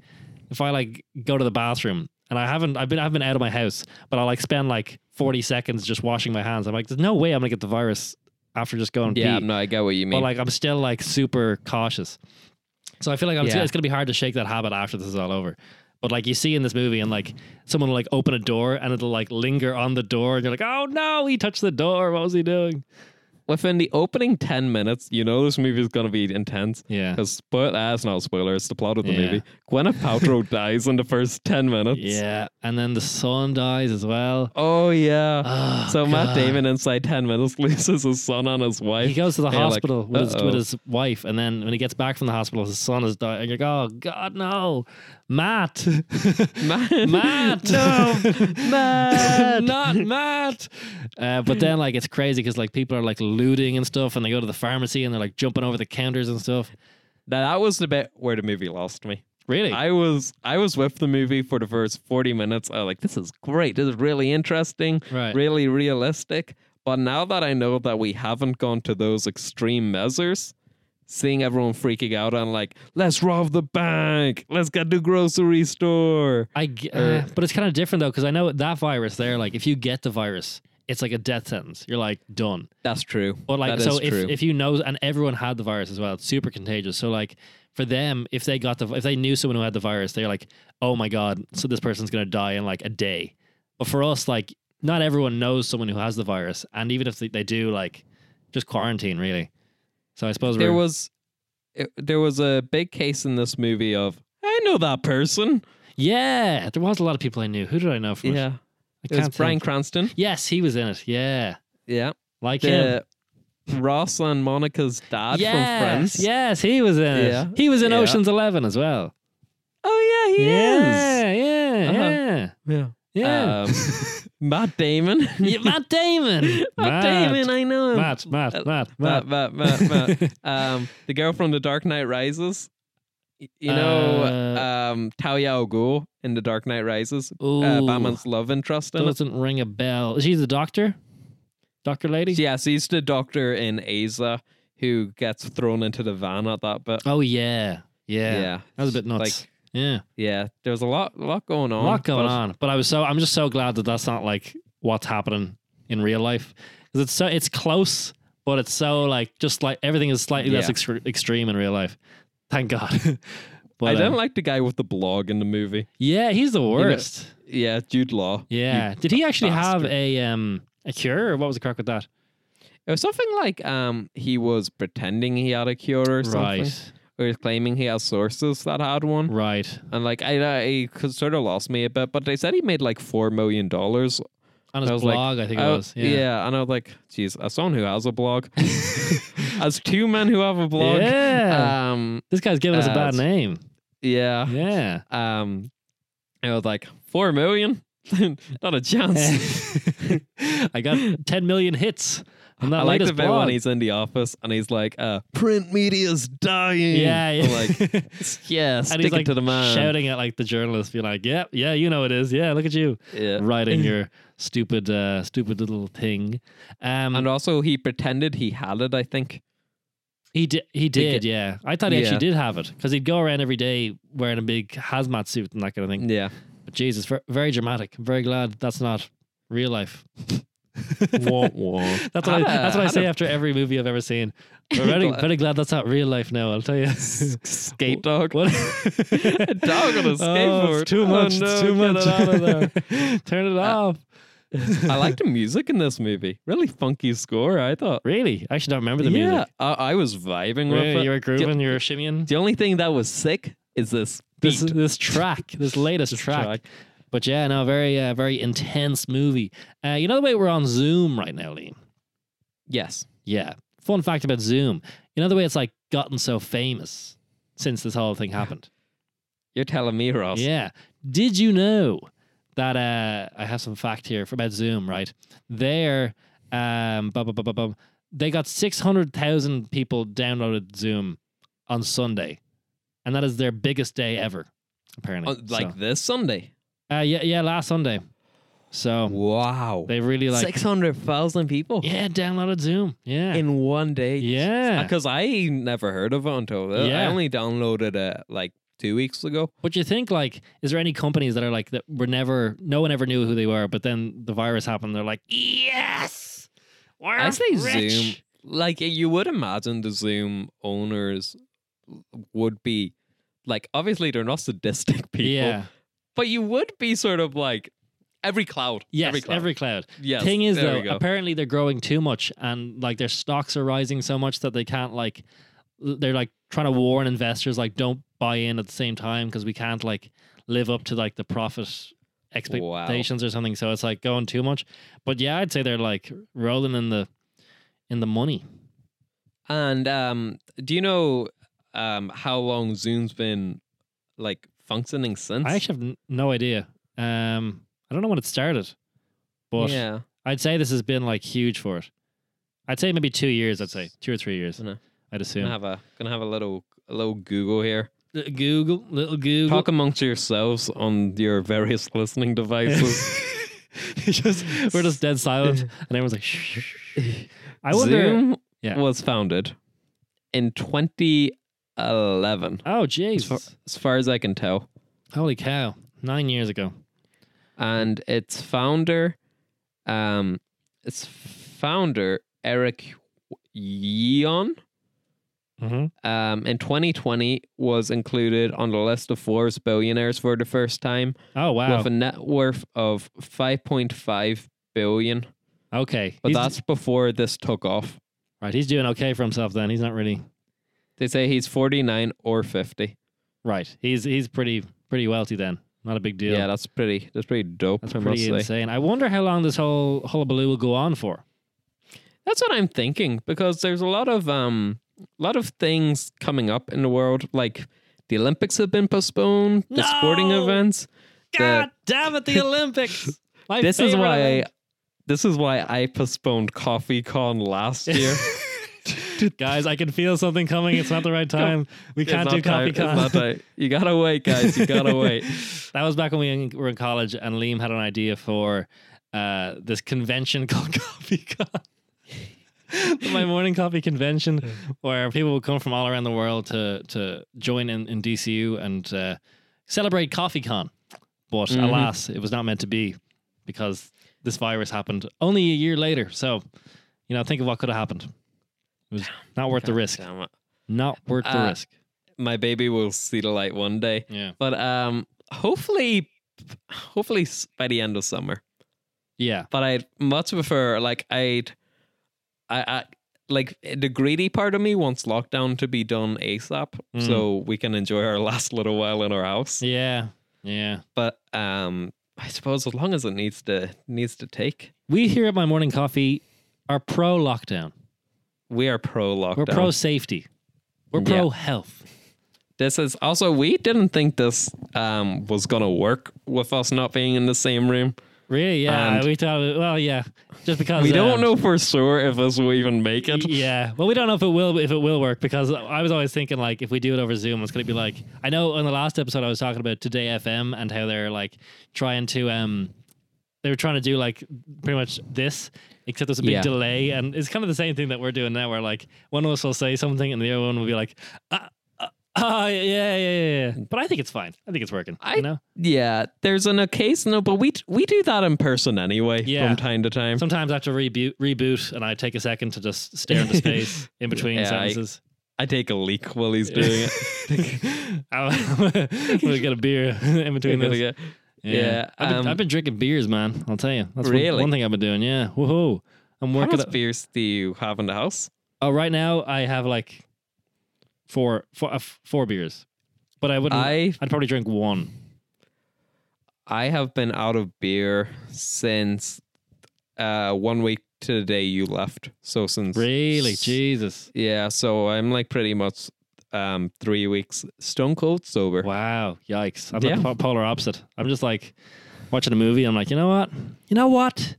[SPEAKER 1] if I like go to the bathroom and I haven't, I've been, I've been out of my house, but I like spend like 40 seconds just washing my hands. I'm like, there's no way I'm gonna get the virus after just going.
[SPEAKER 2] Yeah,
[SPEAKER 1] pee.
[SPEAKER 2] no, I get what you mean.
[SPEAKER 1] But like, I'm still like super cautious. So I feel like I'm
[SPEAKER 2] Yeah.
[SPEAKER 1] it's gonna be hard to shake that habit after this is all over. But like you see in this movie, and like someone will like open a door and it'll like linger on the door, and you're like, oh no, he touched the door. What was he doing?
[SPEAKER 2] Within the opening ten minutes, you know this movie is gonna be intense.
[SPEAKER 1] Yeah,
[SPEAKER 2] Because spoil that's not a spoiler, it's the plot of the
[SPEAKER 1] Yeah.
[SPEAKER 2] movie. Gwyneth Paltrow dies in the first ten minutes.
[SPEAKER 1] yeah. And then the son dies as well.
[SPEAKER 2] Oh yeah.
[SPEAKER 1] Oh,
[SPEAKER 2] so
[SPEAKER 1] God.
[SPEAKER 2] Matt Damon inside ten minutes loses his son and his
[SPEAKER 1] He
[SPEAKER 2] wife.
[SPEAKER 1] goes to the
[SPEAKER 2] Yeah, like,
[SPEAKER 1] hospital with, his, with
[SPEAKER 2] uh-oh.
[SPEAKER 1] his wife, and then when he gets back from the hospital, his son has died. And you're like, oh God, no, Matt,
[SPEAKER 2] Matt,
[SPEAKER 1] Matt,
[SPEAKER 2] no, Matt.
[SPEAKER 1] not Matt. Uh, but then like it's crazy because like people are like looting and stuff, and they go to the pharmacy and they're like jumping over the counters and stuff.
[SPEAKER 2] Now, that was the bit where the movie lost me.
[SPEAKER 1] Really?
[SPEAKER 2] I was I was with the movie for the first 40 minutes. I was like, this is great. This is really interesting,
[SPEAKER 1] right.
[SPEAKER 2] really realistic. But now that I know that we haven't gone to those extreme measures, seeing everyone freaking out on like, let's rob the bank, let's get the grocery store.
[SPEAKER 1] I g- uh,
[SPEAKER 2] Or-
[SPEAKER 1] but it's kind of different though because I know that virus there. Like if you get the virus, it's like a death sentence. You're like done.
[SPEAKER 2] That's true.
[SPEAKER 1] But like
[SPEAKER 2] That
[SPEAKER 1] so
[SPEAKER 2] is
[SPEAKER 1] if,
[SPEAKER 2] true.
[SPEAKER 1] if you know and everyone had the virus as well, it's super contagious. So like for them, if they got the if they knew someone who had the virus, they're like, oh my god, so this person's gonna die in like a day. But for us, like not everyone knows someone who has the virus, and even if they, they do, like just quarantine really. So I suppose
[SPEAKER 2] There
[SPEAKER 1] we're,
[SPEAKER 2] was it- there was a big case in this movie of I know that person.
[SPEAKER 1] yeah, there was a lot of people I knew. Who did I know from? it?
[SPEAKER 2] Yeah.
[SPEAKER 1] I
[SPEAKER 2] It was
[SPEAKER 1] can't
[SPEAKER 2] Brian
[SPEAKER 1] think.
[SPEAKER 2] Cranston.
[SPEAKER 1] Yes, he was in it. Yeah,
[SPEAKER 2] Yeah.
[SPEAKER 1] like him.
[SPEAKER 2] the Ross and Monica's dad
[SPEAKER 1] yes,
[SPEAKER 2] from Friends.
[SPEAKER 1] Yes, he was in it.
[SPEAKER 2] Yeah.
[SPEAKER 1] He was in
[SPEAKER 2] Yeah.
[SPEAKER 1] Ocean's Eleven as well.
[SPEAKER 2] Oh yeah, he
[SPEAKER 1] yeah,
[SPEAKER 2] is.
[SPEAKER 1] yeah,
[SPEAKER 2] Uh-huh.
[SPEAKER 1] yeah,
[SPEAKER 2] Yeah.
[SPEAKER 1] yeah.
[SPEAKER 2] Um, Matt Damon.
[SPEAKER 1] Uh, Yeah, Matt Damon.
[SPEAKER 2] Matt Damon, um, uh, I know him.
[SPEAKER 1] Matt, Matt, Matt, Matt.
[SPEAKER 2] Matt, Matt, Matt, Matt. um, the girl from The Dark Knight Rises. Y- You know,
[SPEAKER 1] Uh,
[SPEAKER 2] um, Tao Yao Gu in The Dark Knight Rises.
[SPEAKER 1] Ooh,
[SPEAKER 2] Uh, Batman's love interest in it.
[SPEAKER 1] doesn't ring a bell. She's a doctor, doctor lady.
[SPEAKER 2] Yeah, so he's the doctor in Asa who gets thrown into the van at that bit.
[SPEAKER 1] Oh yeah, yeah. That was a bit nuts.
[SPEAKER 2] Like,
[SPEAKER 1] yeah,
[SPEAKER 2] yeah, there's a lot, lot going
[SPEAKER 1] a
[SPEAKER 2] on.
[SPEAKER 1] lot going
[SPEAKER 2] but-
[SPEAKER 1] on. But I was so I'm just so glad that that's not like what's happening in real life because it's so it's close, but it's so like just like everything is slightly less
[SPEAKER 2] Yeah.
[SPEAKER 1] extre- extreme in real life. Thank God. but
[SPEAKER 2] I
[SPEAKER 1] um,
[SPEAKER 2] don't like the guy with the blog in the movie.
[SPEAKER 1] yeah, he's the worst.
[SPEAKER 2] Yeah, Jude Law.
[SPEAKER 1] yeah, did he actually have
[SPEAKER 2] bastard.
[SPEAKER 1] a um a cure or what was the crack with that?
[SPEAKER 2] It was something like um he was pretending he had a cure or something,
[SPEAKER 1] Right,
[SPEAKER 2] or he's claiming he has sources that had one.
[SPEAKER 1] right.
[SPEAKER 2] And like I, I could sort of lost me a bit, but they said he made like four million dollars.
[SPEAKER 1] On his
[SPEAKER 2] I was like, oh,
[SPEAKER 1] blog, I think it was. Yeah.
[SPEAKER 2] and I was like, geez, as someone who has a blog, as two men who have a blog,
[SPEAKER 1] Yeah.
[SPEAKER 2] um,
[SPEAKER 1] this guy's giving us a
[SPEAKER 2] uh,
[SPEAKER 1] bad name.
[SPEAKER 2] yeah,
[SPEAKER 1] Yeah.
[SPEAKER 2] um, I was like, four million, not a chance.
[SPEAKER 1] Eh, I got 10 million hits on that
[SPEAKER 2] I like the
[SPEAKER 1] latest
[SPEAKER 2] bit
[SPEAKER 1] blog.
[SPEAKER 2] when he's in the office and he's like, uh, print media's dying.
[SPEAKER 1] yeah, yeah.
[SPEAKER 2] I'm like, yeah, stick
[SPEAKER 1] and he's
[SPEAKER 2] it
[SPEAKER 1] like
[SPEAKER 2] to the man.
[SPEAKER 1] shouting at like the journalist, being like, "Yeah, yeah, you know it is. Yeah, look at you
[SPEAKER 2] Yeah.
[SPEAKER 1] writing your stupid, uh, stupid little thing." Um,
[SPEAKER 2] And also, he pretended he had it, I think.
[SPEAKER 1] he did, he did, yeah. I thought he
[SPEAKER 2] Yeah.
[SPEAKER 1] actually did have it because he'd go around every day wearing a big hazmat suit and that kind of thing.
[SPEAKER 2] Yeah.
[SPEAKER 1] But Jesus, ver- very dramatic. I'm very glad that's not real life.
[SPEAKER 2] wah, wah.
[SPEAKER 1] That's what I,
[SPEAKER 2] Had a-
[SPEAKER 1] that's what I
[SPEAKER 2] had
[SPEAKER 1] say
[SPEAKER 2] a-
[SPEAKER 1] after every movie I've ever seen. I'm very,
[SPEAKER 2] Glad-
[SPEAKER 1] very glad that's not real life now. I'll tell you.
[SPEAKER 2] skate dog.
[SPEAKER 1] What?
[SPEAKER 2] A dog on a
[SPEAKER 1] Oh,
[SPEAKER 2] skateboard.
[SPEAKER 1] it's too
[SPEAKER 2] Oh,
[SPEAKER 1] much.
[SPEAKER 2] no,
[SPEAKER 1] it's too
[SPEAKER 2] get
[SPEAKER 1] much.
[SPEAKER 2] it out of Uh,
[SPEAKER 1] Turn it off.
[SPEAKER 2] I like the music in this movie. Really funky score, I thought.
[SPEAKER 1] Really? I actually don't remember the
[SPEAKER 2] yeah,
[SPEAKER 1] music.
[SPEAKER 2] I, I was vibing with
[SPEAKER 1] Yeah,
[SPEAKER 2] it.
[SPEAKER 1] you were grooving, you were shimmying.
[SPEAKER 2] The only thing that was sick is this beat
[SPEAKER 1] This this track, this latest track.
[SPEAKER 2] track.
[SPEAKER 1] But yeah, no, very uh, very intense movie. Uh, you know the way we're on Zoom right now, Liam.
[SPEAKER 2] Yes.
[SPEAKER 1] Yeah. Fun fact about Zoom. You know the way it's like gotten so famous since this whole thing happened.
[SPEAKER 2] You're telling me, Ross.
[SPEAKER 1] Yeah. Did you know that uh, I have some fact here for about Zoom, right? There, um, bum, bum, bum, bum, bum, they got 600,000 people downloaded Zoom on Sunday. And that is their biggest day ever, apparently.
[SPEAKER 2] Oh, like
[SPEAKER 1] So-
[SPEAKER 2] this Sunday.
[SPEAKER 1] uh, yeah, yeah, last Sunday. So
[SPEAKER 2] Wow.
[SPEAKER 1] they really Um, like,
[SPEAKER 2] 600,000 people
[SPEAKER 1] yeah, downloaded Zoom. Yeah.
[SPEAKER 2] in one day.
[SPEAKER 1] yeah.
[SPEAKER 2] Because I never heard of it until this. I
[SPEAKER 1] Yeah.
[SPEAKER 2] only downloaded it like two weeks ago.
[SPEAKER 1] But you think like, is there any companies that are like that were never, no one ever knew who they were, but then the virus happened, they're like, yes, we're
[SPEAKER 2] I say
[SPEAKER 1] rich."
[SPEAKER 2] Zoom. Like you would imagine, the Zoom owners would be like obviously they're not sadistic people,
[SPEAKER 1] Yeah.
[SPEAKER 2] but you would be sort of like every cloud.
[SPEAKER 1] Yes.
[SPEAKER 2] every cloud. yes,
[SPEAKER 1] Thing is,
[SPEAKER 2] there
[SPEAKER 1] though,
[SPEAKER 2] we go.
[SPEAKER 1] apparently they're growing too much, and like their stocks are rising so much that they can't like. l- They're like trying to warn investors like don't buy in at the same time because we can't like live up to like the profit expectations or something. So it's like going too much. But yeah, I'd say they're like rolling in the in the money.
[SPEAKER 2] and um, do you know um how long Zoom's been like functioning since?
[SPEAKER 1] I actually have n- no idea. Um, I don't know when it started, but
[SPEAKER 2] yeah,
[SPEAKER 1] I'd say this has been like huge for it. I'd say maybe two years. I'd say two or three years.
[SPEAKER 2] Dunno.
[SPEAKER 1] I'd assume.
[SPEAKER 2] gonna have a gonna have a little a little Google here.
[SPEAKER 1] Little Google, little Google.
[SPEAKER 2] Talk amongst yourselves on your various listening devices.
[SPEAKER 1] just, we're just dead silent, and everyone's like, shh. shh, shh." I wonder.
[SPEAKER 2] Zoom
[SPEAKER 1] Yeah.
[SPEAKER 2] was founded in 2011,
[SPEAKER 1] Oh,
[SPEAKER 2] as far,
[SPEAKER 1] jeez.
[SPEAKER 2] as far as I can tell.
[SPEAKER 1] Holy cow. Nine years ago.
[SPEAKER 2] And its founder, um, its founder Eric Yeon,
[SPEAKER 1] Mm-hmm.
[SPEAKER 2] um, in 2020 was included on the list of Forbes billionaires for the first time,
[SPEAKER 1] Oh, wow.
[SPEAKER 2] with a net worth of 5.5 billion.
[SPEAKER 1] Okay.
[SPEAKER 2] But
[SPEAKER 1] He's-
[SPEAKER 2] that's before this took off.
[SPEAKER 1] right. He's doing okay for himself then. He's not really.
[SPEAKER 2] They say he's 49 or 50.
[SPEAKER 1] Right. He's he's pretty pretty wealthy then. Not a big deal.
[SPEAKER 2] Yeah, that's pretty. That's pretty dope.
[SPEAKER 1] That's
[SPEAKER 2] I must
[SPEAKER 1] pretty
[SPEAKER 2] say.
[SPEAKER 1] insane. I wonder how long this whole hullabaloo will go on for.
[SPEAKER 2] That's what I'm thinking because there's a lot of um lot of things coming up in the world like the Olympics have been postponed, the sporting
[SPEAKER 1] No!
[SPEAKER 2] events. the-
[SPEAKER 1] God damn it, the Olympics. My
[SPEAKER 2] this is
[SPEAKER 1] favorite
[SPEAKER 2] why
[SPEAKER 1] event.
[SPEAKER 2] I, this is why I postponed Coffee Con last year.
[SPEAKER 1] Guys, I can feel something coming. It's not the right time. We can't
[SPEAKER 2] It's
[SPEAKER 1] do
[SPEAKER 2] not time-
[SPEAKER 1] copy
[SPEAKER 2] it's not
[SPEAKER 1] con.
[SPEAKER 2] time. You gotta wait, guys. You gotta wait.
[SPEAKER 1] That was back when we were in college, and Liam had an idea for uh, this convention called Coffee Con. My morning coffee convention, where people would come from all around the world to to join in, in DCU and uh, celebrate Coffee Con. But
[SPEAKER 2] Mhm.
[SPEAKER 1] alas, it was not meant to be because this virus happened only a year later. So, you know, think of what could have happened. It was not worth the
[SPEAKER 2] God
[SPEAKER 1] risk.
[SPEAKER 2] damn it.
[SPEAKER 1] Not worth the
[SPEAKER 2] Uh,
[SPEAKER 1] risk.
[SPEAKER 2] My baby will see the light one day,
[SPEAKER 1] Yeah.
[SPEAKER 2] but um, hopefully, hopefully s- by the end of summer.
[SPEAKER 1] Yeah.
[SPEAKER 2] but I'd much prefer like I'd I, I like the greedy part of me wants lockdown to be done ASAP
[SPEAKER 1] Mm.
[SPEAKER 2] so we can enjoy our last little while in our house.
[SPEAKER 1] Yeah. Yeah.
[SPEAKER 2] But um I suppose as long as it needs to needs to take.
[SPEAKER 1] We here at My Morning Coffee are pro lockdown.
[SPEAKER 2] We are pro lockdown.
[SPEAKER 1] We're pro safety. We're
[SPEAKER 2] Yeah.
[SPEAKER 1] pro health.
[SPEAKER 2] This is also we didn't think this um was gonna work with us not being in the same room.
[SPEAKER 1] Really? Yeah.
[SPEAKER 2] And-
[SPEAKER 1] we thought, well, yeah. Just because
[SPEAKER 2] We don't
[SPEAKER 1] um,
[SPEAKER 2] know for sure if this will even make it.
[SPEAKER 1] Yeah. Well, we don't know if it will if it will work because I was always thinking like if we do it over Zoom, it's going to be like I know on the last episode I was talking about Today FM and how they're like trying to um they were trying to do like pretty much this except there's a big
[SPEAKER 2] Yeah.
[SPEAKER 1] delay and it's kind of the same thing that we're doing now where like one of us will say something and the other one will be like ah ah, ah, yeah, yeah yeah yeah but I think it's fine I think it's working
[SPEAKER 2] I-
[SPEAKER 1] you know
[SPEAKER 2] Yeah, there's an occasional, but we we do that in person anyway
[SPEAKER 1] Yeah.
[SPEAKER 2] from time to time.
[SPEAKER 1] sometimes I have to reboot reboot and I take a second to just stare into space in between
[SPEAKER 2] Yeah, I-
[SPEAKER 1] sentences.
[SPEAKER 2] I take a leak while he's doing it.
[SPEAKER 1] I'm gonna get a beer in between
[SPEAKER 2] Gonna
[SPEAKER 1] this.
[SPEAKER 2] get-
[SPEAKER 1] Yeah,
[SPEAKER 2] yeah,
[SPEAKER 1] I've, been,
[SPEAKER 2] um,
[SPEAKER 1] I've been drinking beers, man. I'll tell you. That's one- one,
[SPEAKER 2] Really?
[SPEAKER 1] thing I've been doing. Yeah, woohoo! I'm
[SPEAKER 2] How
[SPEAKER 1] working.
[SPEAKER 2] much beers do you have in the house?
[SPEAKER 1] oh, right now I have like four, four, uh, f- four beers, but I wouldn't. I,
[SPEAKER 2] I
[SPEAKER 1] would probably drink one.
[SPEAKER 2] I have been out of beer since uh one week to the day you left. So since
[SPEAKER 1] Really,
[SPEAKER 2] s-
[SPEAKER 1] Jesus!
[SPEAKER 2] yeah, so I'm like pretty much um three weeks stone cold sober.
[SPEAKER 1] Wow, yikes! I'm
[SPEAKER 2] Yeah.
[SPEAKER 1] the po- polar opposite. I'm just like watching a movie. I'm like, you know what? You know what?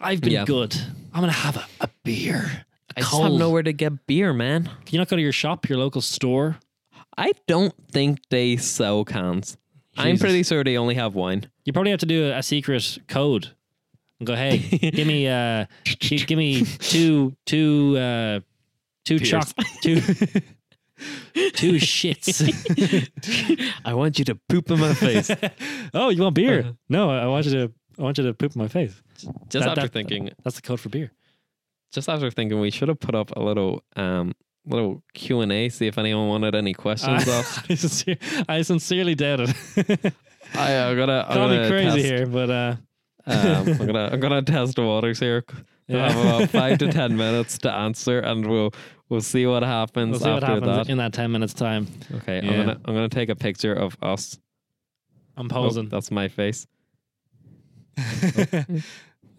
[SPEAKER 1] I've been
[SPEAKER 2] Yeah.
[SPEAKER 1] good. I'm gonna have a, a beer. A
[SPEAKER 2] I just have
[SPEAKER 1] cold.
[SPEAKER 2] nowhere to get beer, man.
[SPEAKER 1] Can you not go to your shop, your local store?
[SPEAKER 2] I don't think they sell cans. I'm
[SPEAKER 1] Jesus.
[SPEAKER 2] pretty sure they only have wine.
[SPEAKER 1] You probably have to do a, a secret code and go, hey, give me uh, gi- give me two two uh, two
[SPEAKER 2] Beers.
[SPEAKER 1] choc two two shits.
[SPEAKER 2] I want you to poop in my face. Uh-huh.
[SPEAKER 1] oh, you want beer? No, I I want you to I want you to poop in my face.
[SPEAKER 2] Just
[SPEAKER 1] That-
[SPEAKER 2] after
[SPEAKER 1] that-
[SPEAKER 2] thinking,
[SPEAKER 1] That's the code for beer.
[SPEAKER 2] just after thinking we should have put up a little um little Q and A, see if anyone wanted any questions. asked.
[SPEAKER 1] I, sincere- I sincerely doubt it.
[SPEAKER 2] I, uh, I'm gonna, I'm
[SPEAKER 1] Call me
[SPEAKER 2] gonna
[SPEAKER 1] crazy
[SPEAKER 2] test,
[SPEAKER 1] here, but uh,
[SPEAKER 2] Um, I'm gonna I'm gonna test the waters here. We'll
[SPEAKER 1] Yeah.
[SPEAKER 2] have about five to ten minutes to answer, and we'll we'll see what happens
[SPEAKER 1] we'll see what
[SPEAKER 2] after
[SPEAKER 1] happens in that ten minutes time.
[SPEAKER 2] that. Okay,
[SPEAKER 1] Yeah.
[SPEAKER 2] I'm gonna I'm gonna take a picture of us.
[SPEAKER 1] I'm
[SPEAKER 2] Oh,
[SPEAKER 1] posing.
[SPEAKER 2] that's my face.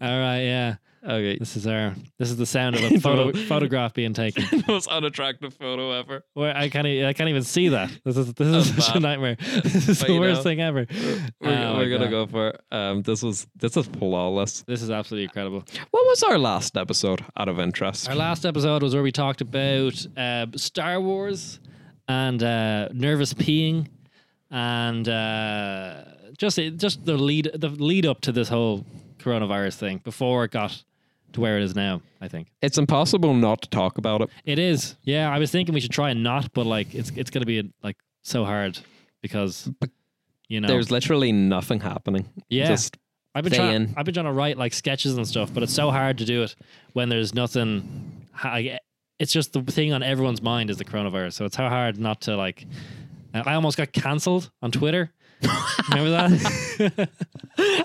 [SPEAKER 1] All right, yeah.
[SPEAKER 2] Okay,
[SPEAKER 1] This is our this is the sound of a photo, photograph being taken.
[SPEAKER 2] most unattractive photo ever.
[SPEAKER 1] Where I can't, e- I can't even see that. This is this
[SPEAKER 2] That's
[SPEAKER 1] is such a
[SPEAKER 2] bad.
[SPEAKER 1] nightmare. This is
[SPEAKER 2] Oh, But
[SPEAKER 1] the
[SPEAKER 2] you
[SPEAKER 1] worst
[SPEAKER 2] know,
[SPEAKER 1] thing ever.
[SPEAKER 2] We're,
[SPEAKER 1] Oh
[SPEAKER 2] we're
[SPEAKER 1] my God.
[SPEAKER 2] gonna go for um. This was this is flawless.
[SPEAKER 1] This is absolutely incredible.
[SPEAKER 2] What was our last episode out of interest?
[SPEAKER 1] Our last episode was where we talked about uh, Star Wars and uh, nervous peeing, and uh, just just the lead the lead up to this whole coronavirus thing before it got to where it is now. I think
[SPEAKER 2] It's impossible not to talk about it.
[SPEAKER 1] it is. Yeah, I was thinking we should try and not, but like it's it's gonna be like so hard because you know
[SPEAKER 2] There's literally nothing happening.
[SPEAKER 1] Yeah.
[SPEAKER 2] Just
[SPEAKER 1] I've been
[SPEAKER 2] Stay
[SPEAKER 1] trying.
[SPEAKER 2] in.
[SPEAKER 1] I've been trying to write like sketches and stuff, but it's so hard to do it when there's nothing. I, it's just the thing on everyone's mind is the coronavirus, so it's so hard not to like. I almost got cancelled on Twitter. Remember that?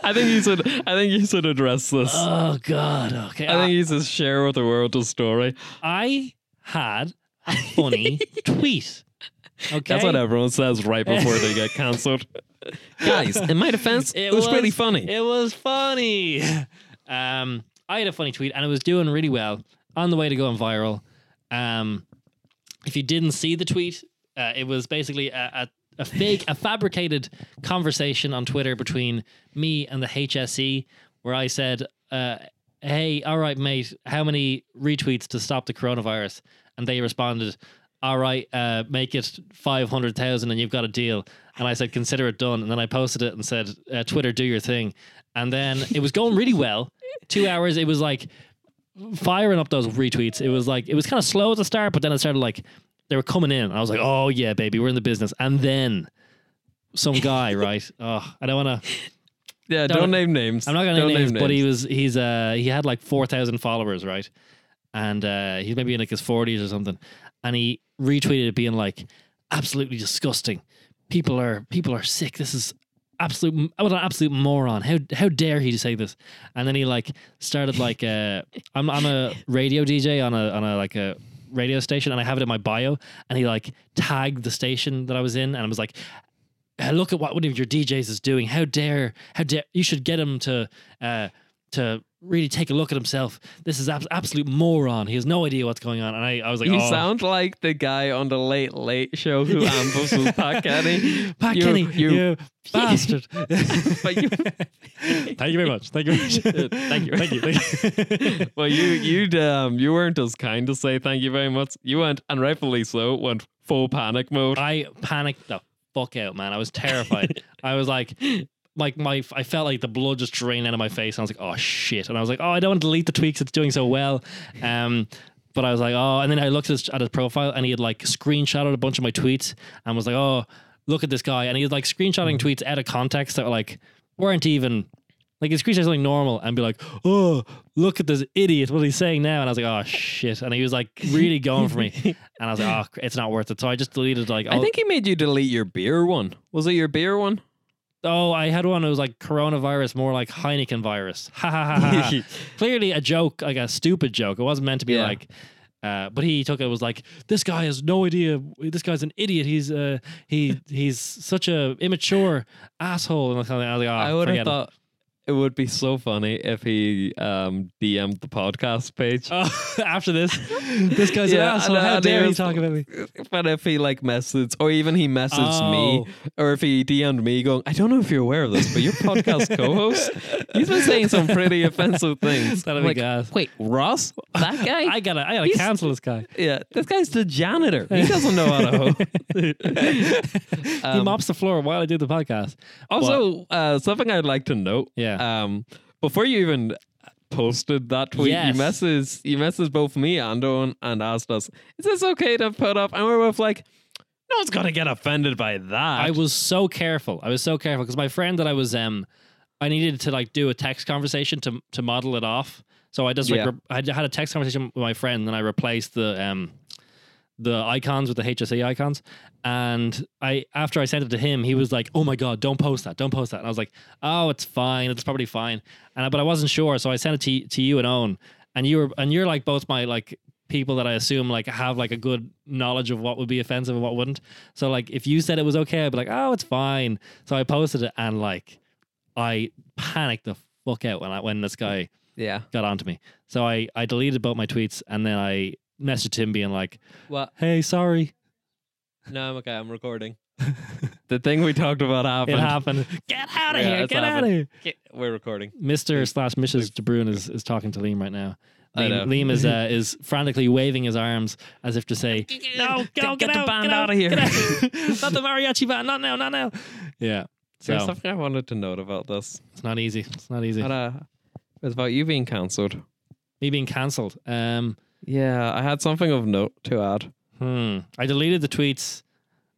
[SPEAKER 2] I think you should. I think you should address this.
[SPEAKER 1] oh God. Okay.
[SPEAKER 2] I think you should share with the world the story.
[SPEAKER 1] I had a funny tweet. Okay.
[SPEAKER 2] That's what everyone says right before they get cancelled. Guys, in my defense,
[SPEAKER 1] It
[SPEAKER 2] it, was,
[SPEAKER 1] was-
[SPEAKER 2] pretty funny.
[SPEAKER 1] It was funny. Um, I had a funny tweet and it was doing really well. on the way to going viral. Um, if you didn't see the tweet, uh, it was basically a, a, a fake, a fabricated conversation on Twitter between me and the HSE, where I said, uh, "Hey, all right, mate, how many retweets to stop the coronavirus?" And they responded, "All right, uh, make it five hundred thousand, and you've got a deal." And I said, "Consider it done." And then I posted it and said, uh, "Twitter, do your thing." And then it was going really well. Two hours, it was like firing up those retweets. It was like it was kind of slow at the start, but then it started like they were coming in. I was like, "Oh yeah, baby, we're in the business." And then some guy, right? Oh, I don't want to.
[SPEAKER 2] Yeah, don't,
[SPEAKER 1] Don't-
[SPEAKER 2] name names.
[SPEAKER 1] I'm not gonna
[SPEAKER 2] Don't
[SPEAKER 1] name names, but he was he's uh he had like four thousand followers, right? And uh he's maybe in like his forties or something. And he retweeted it being like, absolutely disgusting. People are people are sick. This is absolute what an absolute moron. How how dare he to say this? And then he like started like uh I'm I'm a radio DJ on a on a like a radio station and I have it in my bio and he like tagged the station that I was in and I was like "Uh, look at what one of your DJs is doing. How dare, how dare, you should get him to, uh, to really take a look at himself. This is ab- absolute moron. He has no idea what's going on. And I, I was like,
[SPEAKER 2] You
[SPEAKER 1] oh,
[SPEAKER 2] sound like the guy on the Late Late Show who ambushes was Pat Kenny.
[SPEAKER 1] Pat
[SPEAKER 2] er You-
[SPEAKER 1] Kenny,
[SPEAKER 2] you-
[SPEAKER 1] you, bastard.
[SPEAKER 2] But you,
[SPEAKER 1] thank you very much. Thank you very much.
[SPEAKER 2] Thank you.
[SPEAKER 1] Thank you. Thank you.
[SPEAKER 2] well, you you um you weren't as kind to say thank you very much. You went and rightfully so went full panic mode.
[SPEAKER 1] I panicked the fuck out, man. I was terrified. I was like, like my, I felt like the blood just drained out of my face. And I was like, oh shit. And I was like, oh, I don't want to delete the tweets. It's doing so well. Um, but I was like, oh. And then I looked at his, at his profile, and he had like screenshotted a bunch of my tweets, and was like, oh, look at this guy. And he was like screenshotting tweets out of context that were like weren't even. Like he'd screenshot something normal and be like, "Oh, look at this idiot! What he's saying now." And I was like, "Oh shit!" And he was like really going for me, and I was like, "Oh, it's not worth it." So I just deleted like
[SPEAKER 2] I
[SPEAKER 1] all-
[SPEAKER 2] think he made you delete your beer one. Was it your beer one?
[SPEAKER 1] Oh, I had one. that was like coronavirus, more like Heineken virus. Ha ha
[SPEAKER 2] Ah,
[SPEAKER 1] ha, ha. ha. Clearly a joke, like a stupid joke. It wasn't meant to be
[SPEAKER 2] Yeah.
[SPEAKER 1] like. Uh, but he took it was like this guy has no idea. This guy's an idiot. He's uh, he he's such a immature asshole. And I was like, oh,
[SPEAKER 2] I would
[SPEAKER 1] forget
[SPEAKER 2] have
[SPEAKER 1] it.
[SPEAKER 2] thought it would be so funny if he um DM'd the podcast page.
[SPEAKER 1] Oh, after this, this guy's
[SPEAKER 2] Yeah,
[SPEAKER 1] an asshole.
[SPEAKER 2] and-
[SPEAKER 1] How
[SPEAKER 2] and
[SPEAKER 1] dare
[SPEAKER 2] it
[SPEAKER 1] he
[SPEAKER 2] was-
[SPEAKER 1] talk about me?
[SPEAKER 2] But if he like messaged, or even he messaged me,
[SPEAKER 1] Oh.
[SPEAKER 2] or if he DM'd me going, I don't know if you're aware of this, but your podcast co-host, he's been saying some pretty offensive things.
[SPEAKER 1] That'll
[SPEAKER 2] I'm
[SPEAKER 1] be
[SPEAKER 2] like,
[SPEAKER 1] gas.
[SPEAKER 2] Wait, Ross? That guy?
[SPEAKER 1] I gotta, I gotta
[SPEAKER 2] He's-
[SPEAKER 1] cancel this guy.
[SPEAKER 2] yeah, this guy's the janitor. He doesn't know how to hoe.
[SPEAKER 1] he
[SPEAKER 2] Um,
[SPEAKER 1] mops the floor while I do the podcast.
[SPEAKER 2] Also, uh, something I'd like to note.
[SPEAKER 1] Yeah.
[SPEAKER 2] Um, before you even posted that tweet,
[SPEAKER 1] Yes.
[SPEAKER 2] you messaged you messaged both me and Owen and asked us, "Is this okay to put up?" And we were both like, "No one's gonna get offended by that."
[SPEAKER 1] I was so careful. I was so careful because my friend that I was um, I needed to like do a text conversation to to model it off. So I just like
[SPEAKER 2] Yeah.
[SPEAKER 1] re- I had a text conversation with my friend, and I replaced the um, the icons with the HSE icons. And I after I sent it to him, he was like, "Oh my god, don't post that, don't post that." And I was like, "Oh, it's fine, it's probably fine." And I, but I wasn't sure, so I sent it to y- to you and Owen, and you were and you're like both my like people that I assume like have like a good knowledge of what would be offensive and what wouldn't. So like if you said it was okay, I'd be like, "Oh, it's fine." So I posted it, and like I panicked the fuck out when I when this guy
[SPEAKER 2] yeah.
[SPEAKER 1] got onto me. So I I deleted both my tweets, and then I messaged him being like.
[SPEAKER 2] Well,
[SPEAKER 1] Hey, sorry.
[SPEAKER 2] no, I'm okay. I'm recording. the thing we talked about happened.
[SPEAKER 1] It happened. Get out of
[SPEAKER 2] Yeah,
[SPEAKER 1] here.
[SPEAKER 2] it's
[SPEAKER 1] Get out of
[SPEAKER 2] happened.
[SPEAKER 1] here.
[SPEAKER 2] We're recording.
[SPEAKER 1] Mr. slash Mrs. De Bruin is, is talking to Liam right now.
[SPEAKER 2] I know.
[SPEAKER 1] Liam, Liam is uh, is frantically waving his arms as if to say, "No, go,
[SPEAKER 2] Get
[SPEAKER 1] get,
[SPEAKER 2] the
[SPEAKER 1] out,
[SPEAKER 2] band
[SPEAKER 1] get
[SPEAKER 2] outta here."
[SPEAKER 1] get out. not the mariachi band. Not now. Not now." Yeah. So
[SPEAKER 2] There's something I wanted to note about this.
[SPEAKER 1] it's not easy. It's not easy.
[SPEAKER 2] And, uh, it was about you being cancelled.
[SPEAKER 1] Me being cancelled. Um.
[SPEAKER 2] Yeah, I had something of note to add.
[SPEAKER 1] Hmm. I deleted the tweets.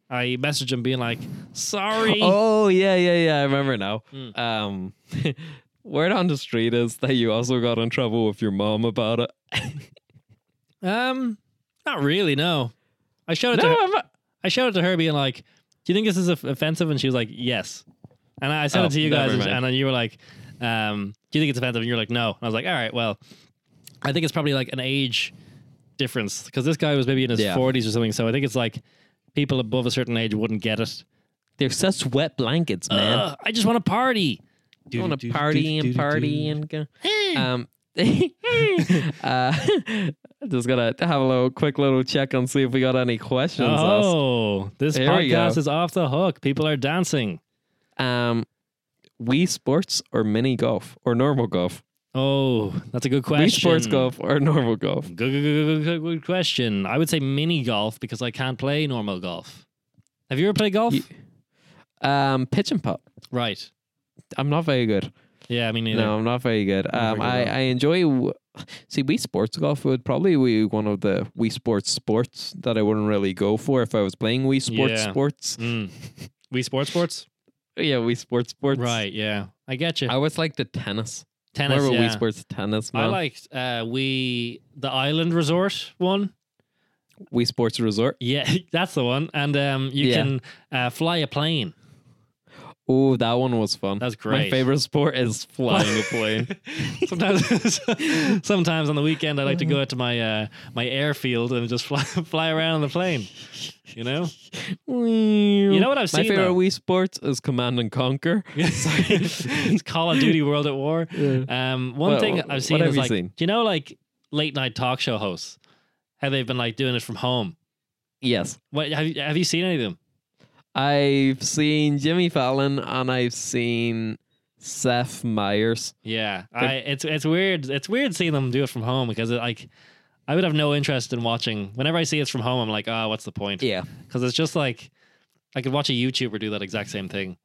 [SPEAKER 1] I messaged him being like, "Sorry."
[SPEAKER 2] Oh yeah, yeah, yeah. I remember now.
[SPEAKER 1] Mm.
[SPEAKER 2] Um, word on the street is that you also got in trouble with your mom about it.
[SPEAKER 1] Um. Not really. No. I showed it to her.
[SPEAKER 2] No, I'm not-
[SPEAKER 1] I showed it to her, being like, "Do you think this is off- offensive?" And she was like, "Yes." And I sent
[SPEAKER 2] Oh,
[SPEAKER 1] it to you
[SPEAKER 2] never
[SPEAKER 1] guys, and,
[SPEAKER 2] mind.
[SPEAKER 1] and then you were like, um, "Do you think it's offensive?" And you were like, "No." And I was like, "All right, well, I think it's probably like an age difference because this guy was maybe in his
[SPEAKER 2] Yeah.
[SPEAKER 1] 40s or something. So I think it's like people above a certain age wouldn't get it.
[SPEAKER 2] they're such wet blankets, man.
[SPEAKER 1] Ugh, I just want to party.
[SPEAKER 2] you want to party and party and go. um, uh, just gotta have a little quick little check and see if we got any questions. asked.
[SPEAKER 1] Oh, this
[SPEAKER 2] Here we go.
[SPEAKER 1] podcast is off the hook. People are dancing.
[SPEAKER 2] Um, Wii Sports or mini golf or normal golf?
[SPEAKER 1] Oh, that's a good question.
[SPEAKER 2] Wii Sports golf or normal golf?
[SPEAKER 1] Good, good, good, good, good, good question. I would say mini golf because I can't play normal golf. Have you ever played golf?
[SPEAKER 2] Ye- Um, pitch and putt.
[SPEAKER 1] right.
[SPEAKER 2] I'm not very good.
[SPEAKER 1] Yeah, I mean,
[SPEAKER 2] No, I'm not very good.
[SPEAKER 1] not
[SPEAKER 2] Um,
[SPEAKER 1] very
[SPEAKER 2] I,
[SPEAKER 1] good at all.
[SPEAKER 2] I enjoy. w- See, Wii Sports Golf would probably be one of the Wii Sports sports that I wouldn't really go for if I was playing Wii Sports
[SPEAKER 1] Yeah.
[SPEAKER 2] sports.
[SPEAKER 1] Mm. We sports sports?
[SPEAKER 2] Yeah, Wii Sports sports.
[SPEAKER 1] Right, yeah. I get you.
[SPEAKER 2] I always like the tennis.
[SPEAKER 1] Tennis,
[SPEAKER 2] Remember
[SPEAKER 1] yeah.
[SPEAKER 2] Wii Sports tennis, man?
[SPEAKER 1] I liked uh, we the Island Resort one.
[SPEAKER 2] Wii Sports Resort.
[SPEAKER 1] Yeah, that's the one. And um, you
[SPEAKER 2] Yeah.
[SPEAKER 1] can uh, fly a plane.
[SPEAKER 2] Oh, that one was fun.
[SPEAKER 1] That's
[SPEAKER 2] My
[SPEAKER 1] great.
[SPEAKER 2] favorite sport is flying a plane.
[SPEAKER 1] sometimes, sometimes on the weekend, I like to go out to my uh, my airfield and just fly fly around on the plane. You know,
[SPEAKER 2] you
[SPEAKER 1] you know what I've
[SPEAKER 2] My
[SPEAKER 1] seen.
[SPEAKER 2] favorite
[SPEAKER 1] though?
[SPEAKER 2] Wii Sports is Command and Conquer.
[SPEAKER 1] it's Call of Duty World at War. Um, one
[SPEAKER 2] Well,
[SPEAKER 1] thing
[SPEAKER 2] what
[SPEAKER 1] I've seen
[SPEAKER 2] have
[SPEAKER 1] is
[SPEAKER 2] you
[SPEAKER 1] like,
[SPEAKER 2] seen?
[SPEAKER 1] do you know like late night talk show hosts how they've been like doing it from home?
[SPEAKER 2] Yes.
[SPEAKER 1] What have you have you seen any of them?
[SPEAKER 2] I've seen Jimmy Fallon and I've seen Seth Meyers.
[SPEAKER 1] Yeah,
[SPEAKER 2] Like-
[SPEAKER 1] I, it's it's weird. It's weird seeing them do it from home because it, like I would have no interest in watching. Whenever I see it's from home, I'm like, ah, what's the point?
[SPEAKER 2] Yeah.
[SPEAKER 1] Because it's just like I could watch a YouTuber do that exact same thing.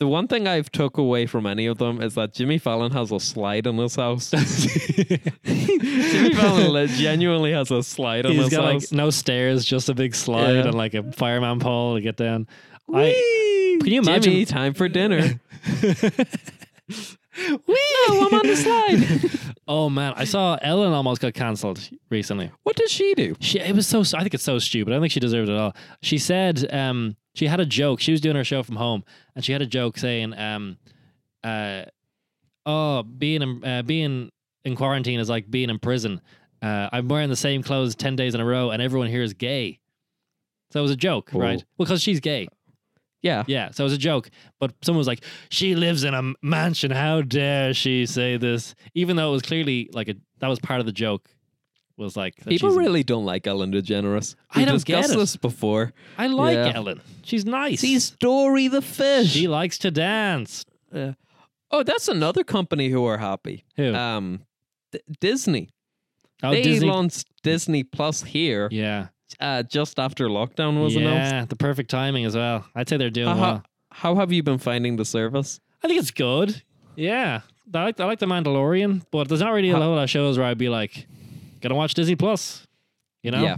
[SPEAKER 2] The one thing I've took away from any of them is that Jimmy Fallon has a slide in his house. Jimmy Fallon le- genuinely has a slide in
[SPEAKER 1] He's
[SPEAKER 2] his
[SPEAKER 1] got
[SPEAKER 2] house.
[SPEAKER 1] like no stairs, just a big slide
[SPEAKER 2] Yeah.
[SPEAKER 1] and like a fireman pole to get down. I, can you
[SPEAKER 2] Jimmy,
[SPEAKER 1] imagine?
[SPEAKER 2] time for dinner.
[SPEAKER 1] Whee!
[SPEAKER 2] no, I'm on the slide.
[SPEAKER 1] oh man, I saw Ellen almost got cancelled recently.
[SPEAKER 2] what does she do?
[SPEAKER 1] She it was so I think it's so stupid. I don't think she deserved it at all. She said um she had a joke. She was doing her show from home and she had a joke saying um uh oh being in, uh, being in quarantine is like being in prison. Uh, I'm wearing the same clothes 10 days in a row and everyone here is gay. So it was a joke,
[SPEAKER 2] Oh.
[SPEAKER 1] right? Well, cuz she's gay.
[SPEAKER 2] Yeah.
[SPEAKER 1] Yeah, so it was a joke, but someone was like, "She lives in a mansion. How dare she say this?" Even though it was clearly like a that was part of the joke. Was like that
[SPEAKER 2] People
[SPEAKER 1] she's-
[SPEAKER 2] really don't like Ellen DeGeneres.
[SPEAKER 1] I don't get
[SPEAKER 2] discussed
[SPEAKER 1] it.
[SPEAKER 2] this before.
[SPEAKER 1] I like
[SPEAKER 2] Yeah.
[SPEAKER 1] Ellen. She's nice.
[SPEAKER 2] She's Dory the fish.
[SPEAKER 1] she likes to dance.
[SPEAKER 2] oh, that's another company who are happy.
[SPEAKER 1] Who?
[SPEAKER 2] Um, D- Disney.
[SPEAKER 1] oh,
[SPEAKER 2] they
[SPEAKER 1] Disney.
[SPEAKER 2] launched Disney Plus here
[SPEAKER 1] yeah,
[SPEAKER 2] uh, just after lockdown was announced.
[SPEAKER 1] yeah, the perfect timing as well. I'd say they're doing
[SPEAKER 2] Uh-huh.
[SPEAKER 1] well.
[SPEAKER 2] How have you been finding the service?
[SPEAKER 1] I think it's good. Yeah, I like I like the Mandalorian, but there's not really a
[SPEAKER 2] Huh.
[SPEAKER 1] whole lot of shows where I'd be like, "Gonna watch Disney Plus," you know?
[SPEAKER 2] Yeah,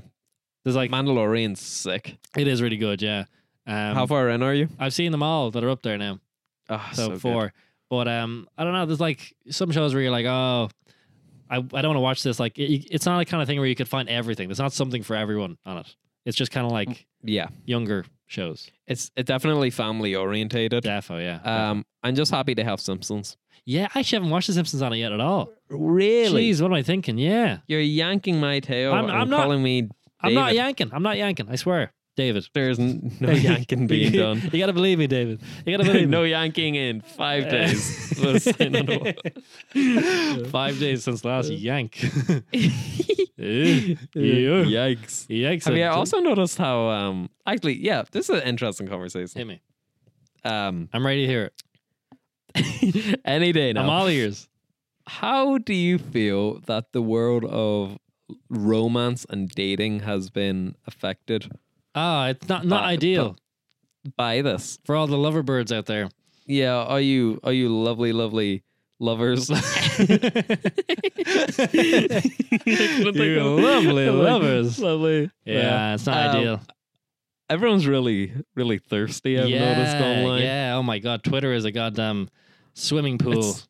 [SPEAKER 1] there's like
[SPEAKER 2] Mandalorian's sick.
[SPEAKER 1] it is really good. Yeah. Um,
[SPEAKER 2] how far in are you?
[SPEAKER 1] I've seen them all that are up there now.
[SPEAKER 2] Oh,
[SPEAKER 1] So,
[SPEAKER 2] good.
[SPEAKER 1] four. But um, I don't know. There's like some shows where you're like, oh, I, I don't want to watch this. Like, it, it's not a kind of thing where you could find everything. There's not something for everyone on it. It's just kind of like
[SPEAKER 2] Yeah,
[SPEAKER 1] younger shows.
[SPEAKER 2] it's it definitely family orientated.
[SPEAKER 1] Defo, yeah.
[SPEAKER 2] Um, I'm just happy to have Simpsons.
[SPEAKER 1] yeah, I actually haven't watched The Simpsons on it yet at all.
[SPEAKER 2] Really?
[SPEAKER 1] Jeez, what am I thinking? Yeah.
[SPEAKER 2] You're yanking my tail
[SPEAKER 1] I'm-
[SPEAKER 2] and
[SPEAKER 1] I'm not-
[SPEAKER 2] calling me.
[SPEAKER 1] I'm not
[SPEAKER 2] David.
[SPEAKER 1] yanking. I'm not yanking. I swear. David.
[SPEAKER 2] There's n- no yanking being done.
[SPEAKER 1] you got to believe me, David. You got to believe me.
[SPEAKER 2] no yanking in five days. Listen, I know.
[SPEAKER 1] Five days since last yank. yeah.
[SPEAKER 2] Yikes.
[SPEAKER 1] Yikes.
[SPEAKER 2] Have you
[SPEAKER 1] it-
[SPEAKER 2] also noticed how um actually yeah, this is an interesting conversation.
[SPEAKER 1] Hit me.
[SPEAKER 2] Um
[SPEAKER 1] I'm ready to hear it.
[SPEAKER 2] any day
[SPEAKER 1] I'm
[SPEAKER 2] now.
[SPEAKER 1] all ears.
[SPEAKER 2] how do you feel that the world of romance and dating has been affected
[SPEAKER 1] Ah, it's not not
[SPEAKER 2] But-
[SPEAKER 1] ideal
[SPEAKER 2] by this?
[SPEAKER 1] for all the lover birds out there.
[SPEAKER 2] Yeah, are you are you lovely lovely lovers?
[SPEAKER 1] you lovely lovers.
[SPEAKER 2] Lovely.
[SPEAKER 1] Yeah, it's not
[SPEAKER 2] Um,
[SPEAKER 1] ideal.
[SPEAKER 2] Everyone's really, really thirsty. I've noticed online.
[SPEAKER 1] yeah. Oh my god, Twitter is a goddamn swimming pool.
[SPEAKER 2] It's-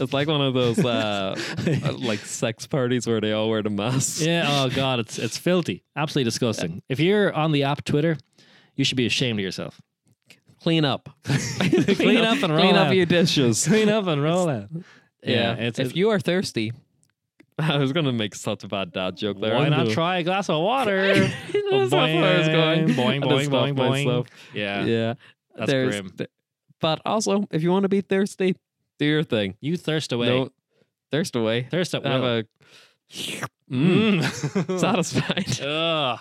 [SPEAKER 2] It's like one of those uh, uh, like sex parties where they all wear the masks.
[SPEAKER 1] yeah. Oh god, it's it's filthy. Absolutely disgusting. If you're on the app Twitter, you should be ashamed of yourself.
[SPEAKER 2] Clean up. clean,
[SPEAKER 1] up and roll
[SPEAKER 2] Clean
[SPEAKER 1] out.
[SPEAKER 2] up your dishes.
[SPEAKER 1] Clean up and roll out.
[SPEAKER 2] yeah.
[SPEAKER 1] Yeah, it's,
[SPEAKER 2] if
[SPEAKER 1] it's-
[SPEAKER 2] you are thirsty, I was gonna make such a bad dad joke there.
[SPEAKER 1] why
[SPEAKER 2] I
[SPEAKER 1] not
[SPEAKER 2] know.
[SPEAKER 1] try a glass of water?
[SPEAKER 2] That's not where I was going.
[SPEAKER 1] Boing,
[SPEAKER 2] I just
[SPEAKER 1] boing,
[SPEAKER 2] stopped
[SPEAKER 1] boing, boing.
[SPEAKER 2] myself.
[SPEAKER 1] Yeah.
[SPEAKER 2] Yeah.
[SPEAKER 1] That's
[SPEAKER 2] There's
[SPEAKER 1] grim.
[SPEAKER 2] th- but also, if you want to be thirsty, do your thing.
[SPEAKER 1] You thirst away.
[SPEAKER 2] No, Thirst away.
[SPEAKER 1] Thirst at
[SPEAKER 2] Have
[SPEAKER 1] will.
[SPEAKER 2] a mm,
[SPEAKER 1] Mm.
[SPEAKER 2] satisfied.
[SPEAKER 1] Ugh.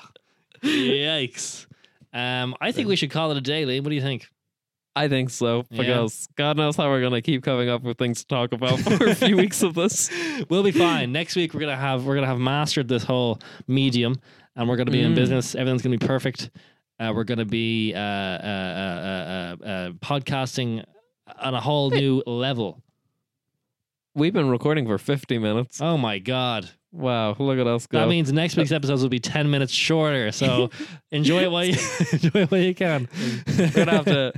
[SPEAKER 1] Yikes. Um, I think we should call it a day, Liam. What do you think?
[SPEAKER 2] I think so
[SPEAKER 1] Yeah.
[SPEAKER 2] because God knows how we're gonna keep coming up with things to talk about for a few weeks of this.
[SPEAKER 1] We'll be fine. Next week we're gonna have we're gonna have mastered this whole medium, and we're gonna be in
[SPEAKER 2] Mm.
[SPEAKER 1] business. Everything's gonna be perfect. Uh, we're gonna be uh, uh, uh, uh, uh, uh, podcasting on a whole new level.
[SPEAKER 2] We've been recording for 50 minutes.
[SPEAKER 1] Oh my god!
[SPEAKER 2] Wow, look at us go.
[SPEAKER 1] That means next week's episodes will be ten minutes shorter. So enjoy it while you enjoy it while you can.
[SPEAKER 2] we're gonna have to,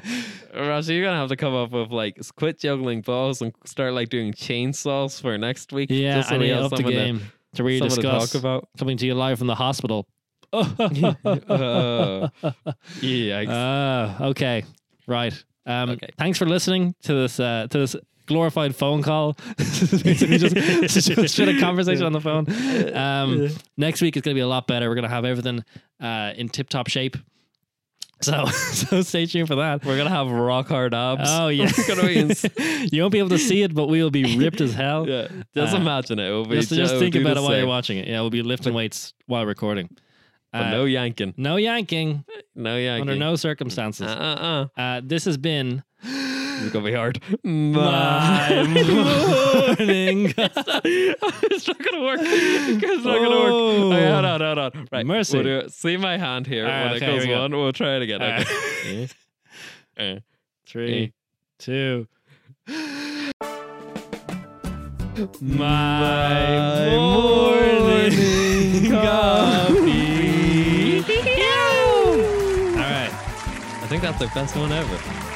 [SPEAKER 2] Rasha, you're gonna have to come up with like s- quit juggling balls and start like doing chainsaws for next week.
[SPEAKER 1] Yeah,
[SPEAKER 2] just so
[SPEAKER 1] I
[SPEAKER 2] we
[SPEAKER 1] need
[SPEAKER 2] have
[SPEAKER 1] up the
[SPEAKER 2] something to-
[SPEAKER 1] game to, really
[SPEAKER 2] something to
[SPEAKER 1] discuss.
[SPEAKER 2] talk about.
[SPEAKER 1] Coming to you live from the hospital.
[SPEAKER 2] Oh. yeah,
[SPEAKER 1] Ah, okay, right. Um,
[SPEAKER 2] Okay.
[SPEAKER 1] Thanks for listening to this uh, to this glorified phone call. Basically, just, just straight a conversation on the phone. Um, next week is going to be a lot better. We're going to have everything uh, in tip top shape. So so stay tuned for that.
[SPEAKER 2] we're gonna have rock hard abs.
[SPEAKER 1] Oh yeah,
[SPEAKER 2] We're gonna be ins-
[SPEAKER 1] you won't be able to see it, but we will be ripped as hell.
[SPEAKER 2] yeah, just
[SPEAKER 1] Uh,
[SPEAKER 2] imagine it. It'll be
[SPEAKER 1] Just, just
[SPEAKER 2] it'll
[SPEAKER 1] think
[SPEAKER 2] do
[SPEAKER 1] about it
[SPEAKER 2] the
[SPEAKER 1] while
[SPEAKER 2] same,
[SPEAKER 1] you're watching it. Yeah, we'll be lifting weights while recording.
[SPEAKER 2] but
[SPEAKER 1] Uh,
[SPEAKER 2] no yanking,
[SPEAKER 1] no yanking
[SPEAKER 2] no yanking.
[SPEAKER 1] under no circumstances.
[SPEAKER 2] Uh uh
[SPEAKER 1] Uh, this has been
[SPEAKER 2] It's gonna be hard.
[SPEAKER 1] my morning.
[SPEAKER 2] it's not gonna work. It's not gonna work.
[SPEAKER 1] Oh.
[SPEAKER 2] Okay, hold on, hold on. Right,
[SPEAKER 1] Mercy.
[SPEAKER 2] We'll do it. See my hand here.
[SPEAKER 1] Ah,
[SPEAKER 2] when
[SPEAKER 1] okay,
[SPEAKER 2] it
[SPEAKER 1] here
[SPEAKER 2] goes
[SPEAKER 1] we go.
[SPEAKER 2] one, we'll try it again.
[SPEAKER 1] Ah.
[SPEAKER 2] Okay. Eh.
[SPEAKER 1] Three, two. My morning coffee. All right.
[SPEAKER 2] I think that's the best one ever.